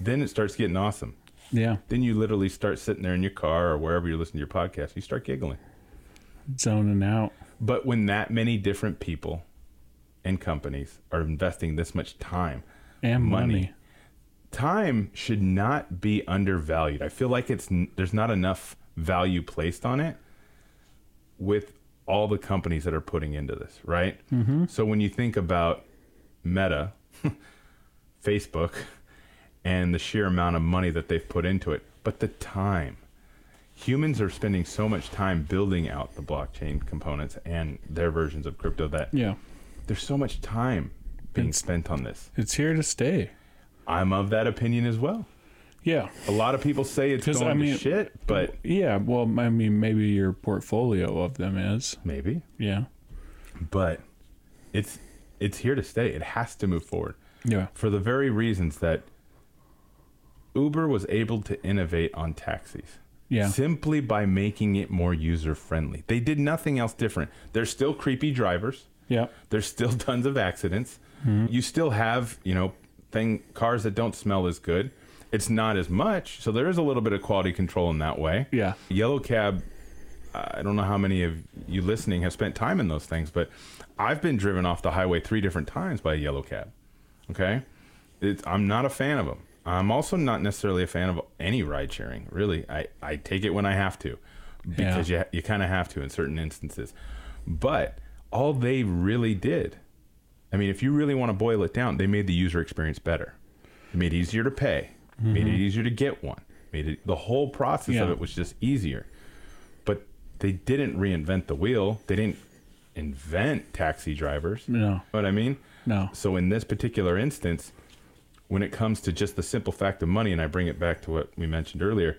Speaker 1: Then it starts getting awesome.
Speaker 2: yeah
Speaker 1: Then you literally start sitting there in your car or wherever you're listening to your podcast, you start giggling.
Speaker 2: zoning out
Speaker 1: But when that many different people and companies are investing this much time,
Speaker 2: and money,
Speaker 1: Money. time should not be undervalued. I feel like it's n- there's not enough value placed on it with all the companies that are putting into this, right? So when you think about Meta, Facebook, and the sheer amount of money that they've put into it, but the time. Humans are spending so much time building out the blockchain components and their versions of crypto that
Speaker 2: yeah
Speaker 1: there's so much time being
Speaker 2: It's-
Speaker 1: spent on this.
Speaker 2: it's here to stay
Speaker 1: I'm of that opinion as well.
Speaker 2: yeah
Speaker 1: A lot of people say it's
Speaker 2: 'Cause,
Speaker 1: going
Speaker 2: I mean-
Speaker 1: to shit, but
Speaker 2: yeah well i mean maybe your portfolio of them is
Speaker 1: maybe.
Speaker 2: yeah
Speaker 1: But it's it's here to stay. It has to move forward.
Speaker 2: Yeah.
Speaker 1: for the very reasons that Uber was able to innovate on taxis.
Speaker 2: Yeah.
Speaker 1: Simply by making it more user friendly. They did nothing else different. There's still creepy drivers.
Speaker 2: Yeah.
Speaker 1: There's still tons of accidents.
Speaker 2: Mm-hmm.
Speaker 1: You still have, you know, thing cars that don't smell as good. It's not as much, so there is a little bit of quality control in that way.
Speaker 2: Yeah.
Speaker 1: Yellow cab. I don't know how many of you listening have spent time in those things, but I've been driven off the highway three different times by a yellow cab. Okay, it's, I'm not a fan of them. I'm also not necessarily a fan of any ride sharing. Really, I, I take it when I have to, because you you kind of have to in certain instances. But all they really did, I mean, if you really want to boil it down, they made the user experience better. They made it easier to pay. Made it easier to get one. Made it the whole process of
Speaker 2: Yeah.
Speaker 1: it was just easier but they didn't reinvent the wheel. They didn't invent taxi drivers. You
Speaker 2: No.
Speaker 1: know what I mean?
Speaker 2: No.
Speaker 1: So in this particular instance, when it comes to just the simple fact of money, and I bring it back to what we mentioned earlier,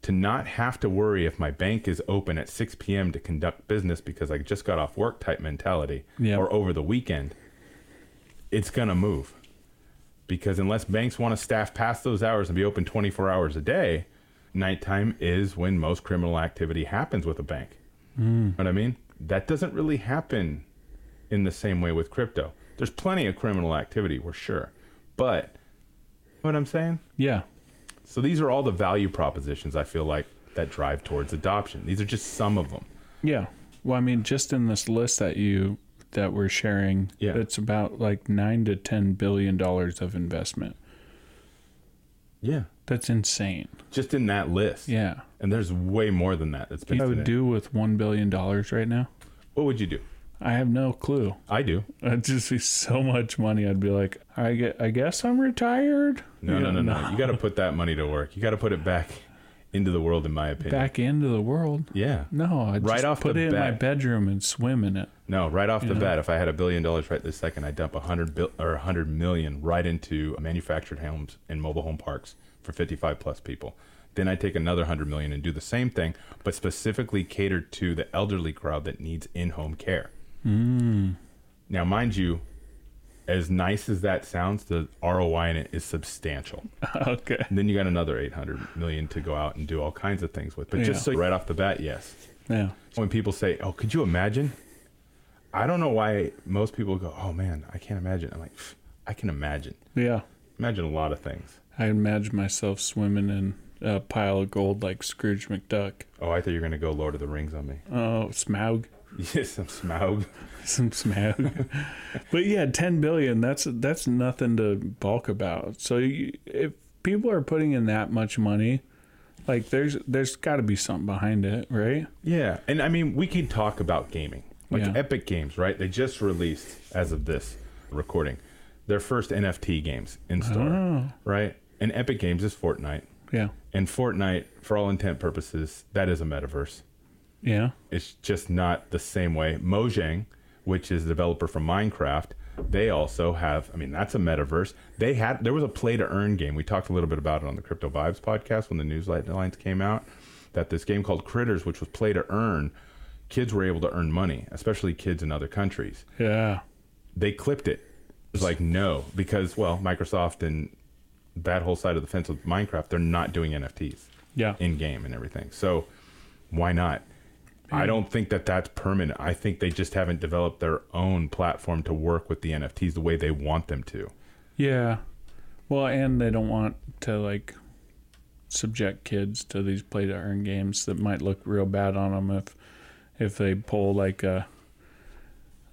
Speaker 1: to not have to worry if my bank is open at 6 p.m. to conduct business because I just got off work type mentality
Speaker 2: Yeah.
Speaker 1: or over the weekend, it's going to move. Because unless banks want to staff past those hours and be open 24 hours a day, nighttime is when most criminal activity happens with a bank.
Speaker 2: Mm.
Speaker 1: Know what I mean? That doesn't really happen in the same way with crypto. There's plenty of criminal activity, we're sure. But know what I'm saying?
Speaker 2: Yeah.
Speaker 1: So these are all the value propositions I feel like that drive towards adoption. These are just some of them.
Speaker 2: Yeah. Well, I mean, just in this list that you that we're sharing,
Speaker 1: Yeah.
Speaker 2: it's about like nine to ten billion dollars of investment.
Speaker 1: Yeah.
Speaker 2: That's insane.
Speaker 1: Just in that list.
Speaker 2: Yeah.
Speaker 1: And there's way more than that that's been
Speaker 2: I would
Speaker 1: today.
Speaker 2: do with one billion dollars right now.
Speaker 1: What would you do?
Speaker 2: I have no clue.
Speaker 1: I do.
Speaker 2: It'd just be so much money. I'd be like, I get, I guess I'm retired.
Speaker 1: No,
Speaker 2: You
Speaker 1: no, no,
Speaker 2: know,
Speaker 1: no. You got to put that money to work. You got to put it back into the world, in my opinion.
Speaker 2: Back into the world.
Speaker 1: Yeah.
Speaker 2: No, I just
Speaker 1: Right off
Speaker 2: put
Speaker 1: the
Speaker 2: it in my
Speaker 1: bat.
Speaker 2: bedroom and swim in it.
Speaker 1: No, right off the bat, if I had a billion dollars right this second, I'd dump a hundred bill or a hundred million right into manufactured homes and mobile home parks for fifty-five plus people. Then I'd take another hundred million and do the same thing, but specifically catered to the elderly crowd that needs in-home care. Now, mind you, as nice as that sounds, the ROI in it is substantial.
Speaker 2: okay.
Speaker 1: And then you got another eight hundred million to go out and do all kinds of things with. But just so
Speaker 2: Yeah.
Speaker 1: right off the bat, yes
Speaker 2: Yeah.
Speaker 1: when people say, "Oh, could you imagine?" I don't know why most people go, "Oh man, I can't imagine." I'm like, "Pff, "I can imagine.
Speaker 2: Yeah.
Speaker 1: Imagine a lot of things."
Speaker 2: I imagine myself swimming in a pile of gold like Scrooge McDuck.
Speaker 1: Oh, I thought you were gonna go Lord of the Rings on me.
Speaker 2: Oh, Smaug.
Speaker 1: Yes, I'm Smaug.
Speaker 2: Some Smaug. but yeah, 10 billion, that's that's nothing to balk about. So you, if people are putting in that much money, like there's there's got to be something behind it, right?
Speaker 1: Yeah, and I mean, we could talk about gaming, like
Speaker 2: Yeah.
Speaker 1: Epic Games, right? They just released, as of this recording, their first NFT games in store, right? And Epic Games is Fortnite,
Speaker 2: Yeah.
Speaker 1: and Fortnite, for all intent purposes, that is a metaverse.
Speaker 2: Yeah.
Speaker 1: it's just not the same way. Mojang, which is the developer from Minecraft, they also have. I mean, that's a metaverse. They had there was a play to earn game. We talked a little bit about it on the Crypto Vibes podcast when the news headlines came out. That this game called Critters, which was play to earn, kids were able to earn money, especially kids in other countries.
Speaker 2: Yeah.
Speaker 1: They clipped it. It was like no, because well, Microsoft and that whole side of the fence with Minecraft, they're not doing NFTs
Speaker 2: Yeah.
Speaker 1: in game and everything. So why not?
Speaker 2: Hmm.
Speaker 1: I don't think that that's permanent. I think they just haven't developed their own platform to work with the NFTs the way they want them to.
Speaker 2: Yeah. Well, and they don't want to like subject kids to these play to earn games that might look real bad on them if if they pull like a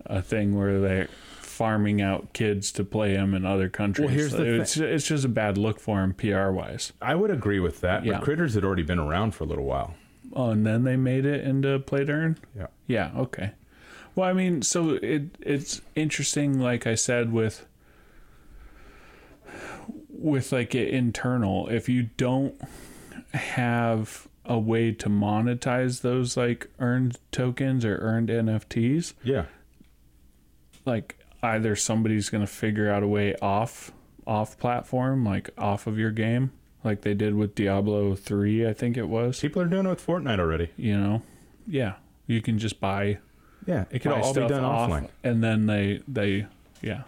Speaker 2: a thing where they're farming out kids to play them in other countries.
Speaker 1: here's the
Speaker 2: it's it's just a bad look for them PR wise.
Speaker 1: I would agree with that,
Speaker 2: Yeah.
Speaker 1: but Critters had already been around for a little while.
Speaker 2: Oh, and then they made it into play to earn.
Speaker 1: Yeah.
Speaker 2: Yeah, okay. Well, I mean, so it it's interesting like I said with with like it internal if you don't have a way to monetize those like earned tokens or earned NFTs,
Speaker 1: Yeah.
Speaker 2: like either somebody's going to figure out a way off off platform, like off of your game, like they did with Diablo 3, I think it was,
Speaker 1: People are doing it with Fortnite already.
Speaker 2: you know. Yeah, you can just buy
Speaker 1: Yeah. It could
Speaker 2: buy
Speaker 1: all be
Speaker 2: stuff
Speaker 1: done
Speaker 2: off,
Speaker 1: offline.
Speaker 2: and then they they yeah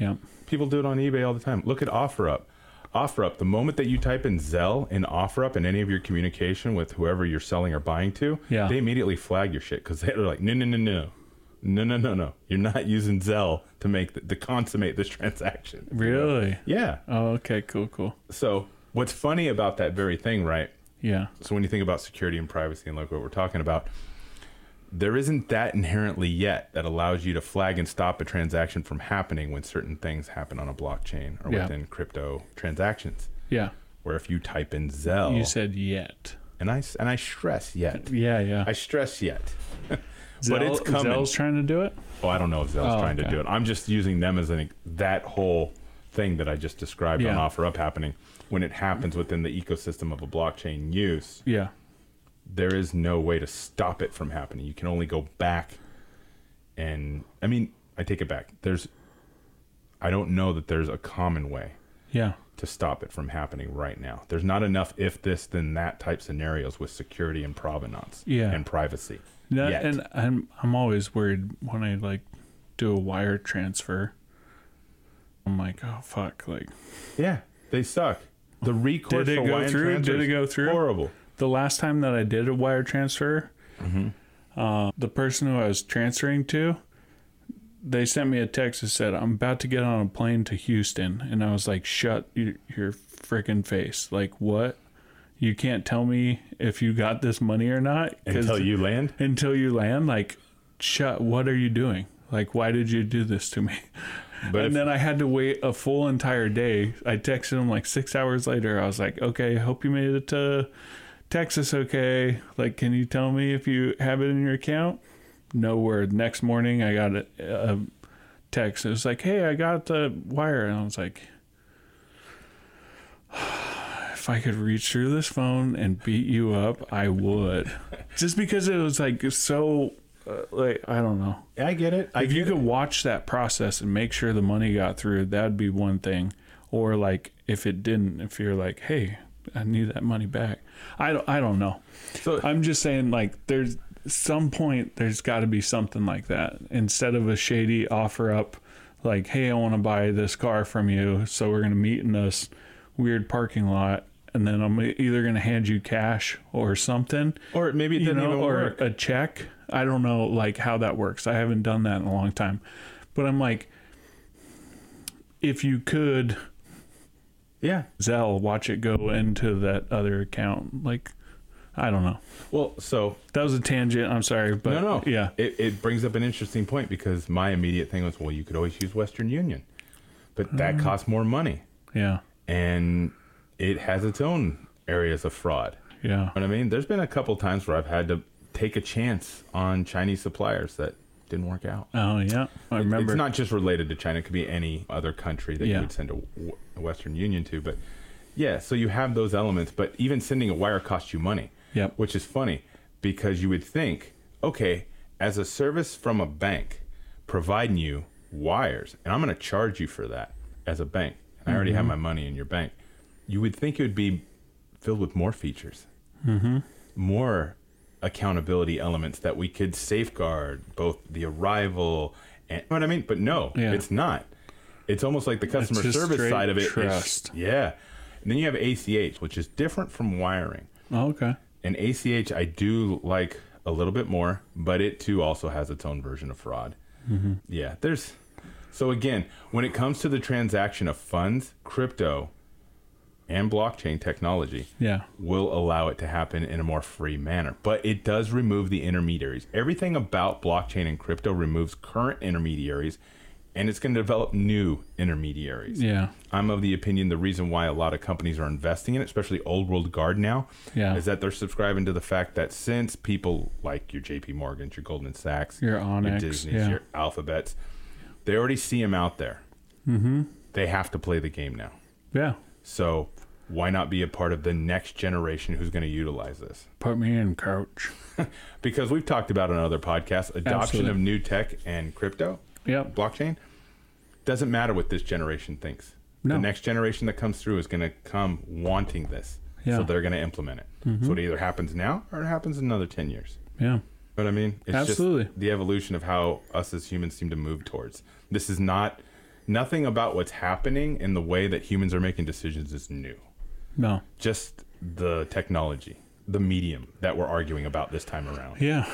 Speaker 2: yeah
Speaker 1: People do it on eBay all the time. Look at OfferUp. OfferUp, the moment that you type in Zelle and OfferUp in any of your communication with whoever you're selling or buying to,
Speaker 2: Yeah.
Speaker 1: they immediately flag your shit because they're like, no, no, no, no. No, no, no, no. You're not using Zelle to make the, to consummate this transaction.
Speaker 2: Really?
Speaker 1: Yeah.
Speaker 2: Oh, okay. Cool. Cool.
Speaker 1: So, what's funny about that very thing, right?
Speaker 2: Yeah.
Speaker 1: So when you think about security and privacy and like what we're talking about, there isn't that inherently yet that allows you to flag and stop a transaction from happening when certain things happen on a blockchain or
Speaker 2: Yeah.
Speaker 1: within crypto transactions.
Speaker 2: Yeah.
Speaker 1: Where if you type in Zelle,
Speaker 2: You said yet.
Speaker 1: and I s- and I stress yet,
Speaker 2: Yeah. Yeah.
Speaker 1: I stress yet.
Speaker 2: Zell-
Speaker 1: but it's coming.
Speaker 2: Zell's trying to do it.
Speaker 1: Oh, I don't know if Zelle's
Speaker 2: Oh,
Speaker 1: trying to
Speaker 2: okay.
Speaker 1: do it. I'm just using them as an ex- that whole thing that I just described
Speaker 2: Yeah.
Speaker 1: on OfferUp happening. When it happens within the ecosystem of a blockchain use,
Speaker 2: Yeah.
Speaker 1: there is no way to stop it from happening. You can only go back and I mean, I take it back. There's I don't know that there's a common way
Speaker 2: Yeah.
Speaker 1: to stop it from happening right now. There's not enough if this then that type scenarios with security and provenance
Speaker 2: Yeah.
Speaker 1: and privacy.
Speaker 2: No,
Speaker 1: yet.
Speaker 2: and I'm I'm always worried when I like do a wire transfer. I'm like, oh fuck! Like
Speaker 1: yeah, they suck. The recourse
Speaker 2: Did it
Speaker 1: for
Speaker 2: go
Speaker 1: wire
Speaker 2: through?
Speaker 1: transfer
Speaker 2: Did it
Speaker 1: is
Speaker 2: go through?
Speaker 1: Horrible.
Speaker 2: the last time that I did a wire transfer,
Speaker 1: Mm-hmm.
Speaker 2: uh, the person who I was transferring to, they sent me a text that said, "I'm about to get on a plane to Houston," and I was like, "Shut your, your freaking face! Like what? You can't tell me if you got this money or not 'cause-
Speaker 1: Until you land.
Speaker 2: until you land. Like, shut! What are you doing?" Like, why did you do this to me?
Speaker 1: But
Speaker 2: and
Speaker 1: if,
Speaker 2: then I had to wait a full entire day. I texted him like six hours later. I was like, okay, hope you made it to Texas okay. Like, can you tell me if you have it in your account? No word. Next morning, I got a, a text. It was like, hey, I got the wire. And I was like, if I could reach through this phone and beat you up, I would. Just because it was like so, uh, like, I don't know
Speaker 1: I get it. I
Speaker 2: if
Speaker 1: get
Speaker 2: you
Speaker 1: it.
Speaker 2: could watch that process and make sure the money got through, that'd be one thing. Or like if it didn't, if you're like, hey, I need that money back. I don't, I don't know.
Speaker 1: So-
Speaker 2: I'm just saying like there's some point there's got to be something like that instead of a shady offer up like hey i want to buy this car from you so we're going to meet in this weird parking lot and then i'm either going to hand you cash or something
Speaker 1: or maybe it
Speaker 2: you
Speaker 1: didn't
Speaker 2: know,
Speaker 1: even
Speaker 2: or
Speaker 1: work.
Speaker 2: a check. I don't know like how that works. I haven't done that in a long time. But I'm like if you could
Speaker 1: Yeah.
Speaker 2: Zell watch it go into that other account, like I don't know.
Speaker 1: Well, so
Speaker 2: That was a tangent. I'm sorry, but
Speaker 1: no, no.
Speaker 2: yeah,
Speaker 1: It, it brings up an interesting point because my immediate thing was, well, you could always use Western Union, but
Speaker 2: Mm.
Speaker 1: that costs more money
Speaker 2: yeah,
Speaker 1: and it has its own areas of fraud.
Speaker 2: yeah,
Speaker 1: You know what I mean? There's been a couple times where I've had to take a chance on Chinese suppliers that didn't work out.
Speaker 2: oh yeah. I remember.
Speaker 1: It's not just related to China. It could be any other country that
Speaker 2: Yeah.
Speaker 1: you would send a, w- a Western Union to. But yeah, so you have those elements. But even sending a wire costs you money.
Speaker 2: Yep.
Speaker 1: Which is funny because you would think, okay, as a service from a bank providing you wires, and I'm going to charge you for that as a bank, and I already
Speaker 2: Mm-hmm.
Speaker 1: have my money in your bank, you would think it would be filled with more features more accountability elements that we could safeguard both the arrival and you know what I mean. But no,
Speaker 2: Yeah.
Speaker 1: it's not. It's almost like the customer
Speaker 2: just
Speaker 1: service
Speaker 2: straight
Speaker 1: side of it. is-
Speaker 2: trust.
Speaker 1: yeah. And then you have ACH, which is different from wiring.
Speaker 2: oh, okay.
Speaker 1: And ACH, I do like a little bit more, but it too also has its own version of fraud.
Speaker 2: Mm-hmm.
Speaker 1: Yeah, there's. So again, when it comes to the transaction of funds, crypto, and blockchain technology,
Speaker 2: Yeah.
Speaker 1: will allow it to happen in a more free manner. But it does remove the intermediaries. Everything about blockchain and crypto removes current intermediaries and it's going to develop new intermediaries.
Speaker 2: Yeah.
Speaker 1: I'm of the opinion the reason why a lot of companies are investing in it, especially old world guard now,
Speaker 2: Yeah.
Speaker 1: is that they're subscribing to the fact that since people like your JP Morgans, your Goldman Sachs,
Speaker 2: Your Onyx,
Speaker 1: Disneys,
Speaker 2: yeah.
Speaker 1: your Alphabets, they already see them out there. Mm-hmm. They have to play the game now.
Speaker 2: Yeah.
Speaker 1: So why not be a part of the next generation who's going to utilize this?
Speaker 2: Put me in coach.
Speaker 1: Because we've talked about on other podcasts, adoption
Speaker 2: Absolutely.
Speaker 1: of new tech and crypto,
Speaker 2: Yep.
Speaker 1: blockchain, doesn't matter what this generation thinks.
Speaker 2: No.
Speaker 1: The next generation that comes through is going to come wanting this.
Speaker 2: Yeah. Mm-hmm.
Speaker 1: So they're going to implement it. So it either happens now or it happens in another 10 years.
Speaker 2: Yeah.
Speaker 1: You know what I mean? It's
Speaker 2: Absolutely.
Speaker 1: just the evolution of how us as humans seem to move towards. This is not nothing about what's happening and the way that humans are making decisions is new.
Speaker 2: No.
Speaker 1: Just the technology, the medium that we're arguing about this time around.
Speaker 2: Yeah.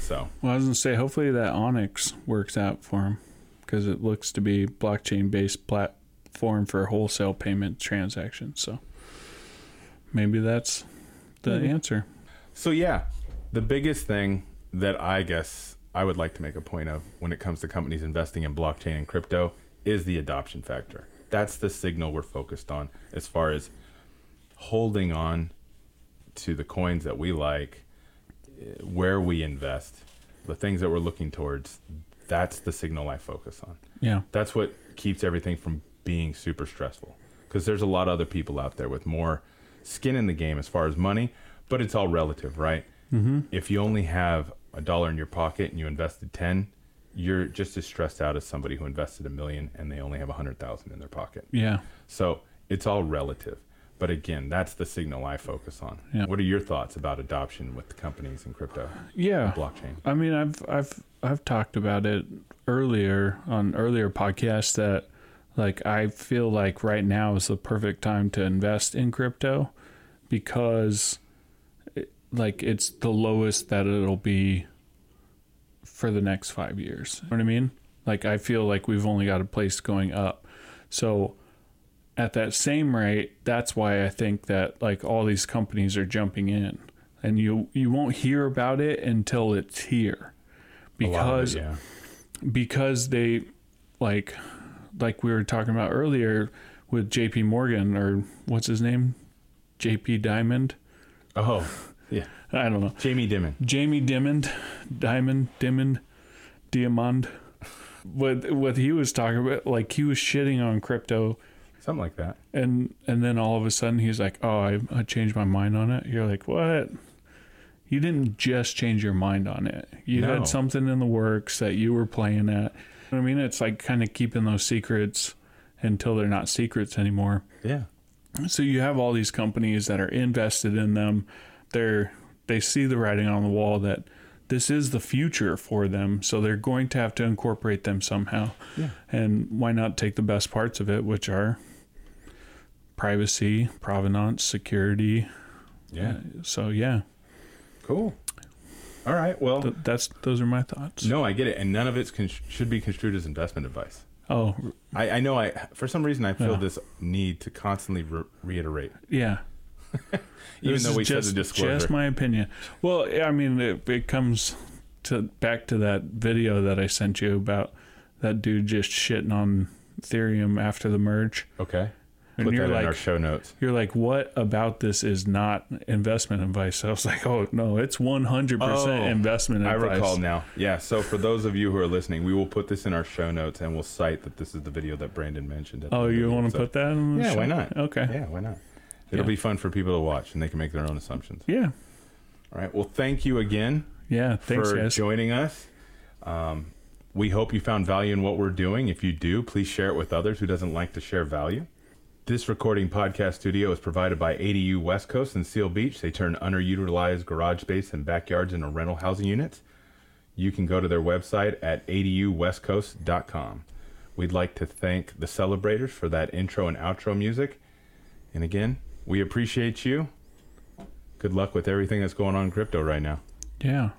Speaker 1: So
Speaker 2: Well, I was gonna say, hopefully that Onyx works out for him, because it looks to be blockchain-based platform for wholesale payment transactions. So maybe that's the answer.
Speaker 1: So yeah, the biggest thing that I guess I would like to make a point of when it comes to companies investing in blockchain and crypto is the adoption factor. That's the signal we're focused on as far as holding on to the coins that we like, eh, where we invest, the things that we're looking towards. That's the signal I focus on
Speaker 2: Yeah.
Speaker 1: that's what keeps everything from being super stressful because there's a lot of other people out there with more skin in the game as far as money but it's all relative right mm-hmm. if you only have a dollar in your pocket and you invested 10 you're just as stressed out as somebody who invested a million and they only have a 100000 in their pocket
Speaker 2: Yeah.
Speaker 1: so it's all relative but again that's the signal i focus on
Speaker 2: Yeah.
Speaker 1: what are your thoughts about adoption with companies and crypto
Speaker 2: Yeah.
Speaker 1: blockchain
Speaker 2: I mean, I've I've I've talked about it earlier on earlier podcasts that like I feel like right now is the perfect time to invest in crypto because it, like it's the lowest that it'll be for the next 5 years. You know what I mean? Like I feel like we've only got a place going up. So at that same rate, that's why I think that like all these companies are jumping in, and you you won't hear about it until it's here,
Speaker 1: A lot of it,
Speaker 2: because
Speaker 1: yeah
Speaker 2: because they like like we were talking about earlier with J.P. Morgan or what's his name, J.P. Diamond.
Speaker 1: oh yeah
Speaker 2: I don't know.
Speaker 1: jamie dimon
Speaker 2: Jamie Dimond, Diamond, Dimond, Diamond. What what he was talking about, like he was shitting on crypto
Speaker 1: something like that
Speaker 2: and and then all of a sudden he's like oh I, I changed my mind on it you're like what you didn't just change your mind on it you
Speaker 1: No.
Speaker 2: had something in the works that you were playing at i mean it's like kind of keeping those secrets until they're not secrets anymore
Speaker 1: yeah
Speaker 2: so you have all these companies that are invested in them they're they see the writing on the wall that this is the future for them so they're going to have to incorporate them somehow
Speaker 1: Yeah.
Speaker 2: and why not take the best parts of it which are privacy provenance security
Speaker 1: yeah
Speaker 2: so yeah
Speaker 1: Cool. All right. Well,
Speaker 2: th- that's those are my thoughts
Speaker 1: no, I get it, and none of it con- should be construed as investment advice.
Speaker 2: oh r-
Speaker 1: I, I know. I for some reason I feel
Speaker 2: Yeah.
Speaker 1: this need to constantly re- reiterate,
Speaker 2: yeah
Speaker 1: even
Speaker 2: This
Speaker 1: though
Speaker 2: is
Speaker 1: we
Speaker 2: just,
Speaker 1: said the disclosure.
Speaker 2: Just my opinion. Well, I mean, it, it comes to back to that video that I sent you about that dude just shitting on Ethereum after the merge.
Speaker 1: okay.
Speaker 2: And
Speaker 1: Put that
Speaker 2: you're
Speaker 1: in
Speaker 2: like-
Speaker 1: our show notes.
Speaker 2: You're like, what about this is not investment advice? I was like, oh no, it's 100%
Speaker 1: Oh,
Speaker 2: investment
Speaker 1: I
Speaker 2: advice.
Speaker 1: recall now. Yeah. So for those of you who are listening, we will put this in our show notes, and we'll cite that this is the video that Brandon mentioned. at the
Speaker 2: Oh,
Speaker 1: end of
Speaker 2: you
Speaker 1: the
Speaker 2: want to
Speaker 1: episode.
Speaker 2: put that? In the
Speaker 1: Yeah.
Speaker 2: show?
Speaker 1: Why not?
Speaker 2: Okay.
Speaker 1: Yeah. Why not? It'll
Speaker 2: Yeah.
Speaker 1: be fun for people to watch, and they can make their own assumptions.
Speaker 2: Yeah. Yeah.
Speaker 1: All right. Well, thank you again.
Speaker 2: Thanks,
Speaker 1: for
Speaker 2: guys.
Speaker 1: joining us. Um, we hope you found value in what we're doing. If you do, please share it with others who doesn't like to share value. This recording podcast studio is provided by ADU West Coast and Seal Beach. They turn underutilized garage space and backyards into rental housing units. You can go to their website at aduwestcoast.com. We'd like to thank the celebrators for that intro and outro music. And again, we appreciate you. Good luck with everything that's going on in crypto right now.
Speaker 2: yeah.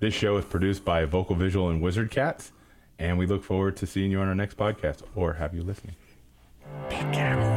Speaker 1: This show is produced by Vocal Visual and Wizard Cats, and we look forward to seeing you on our next podcast or have you listening.
Speaker 3: Pick 'em.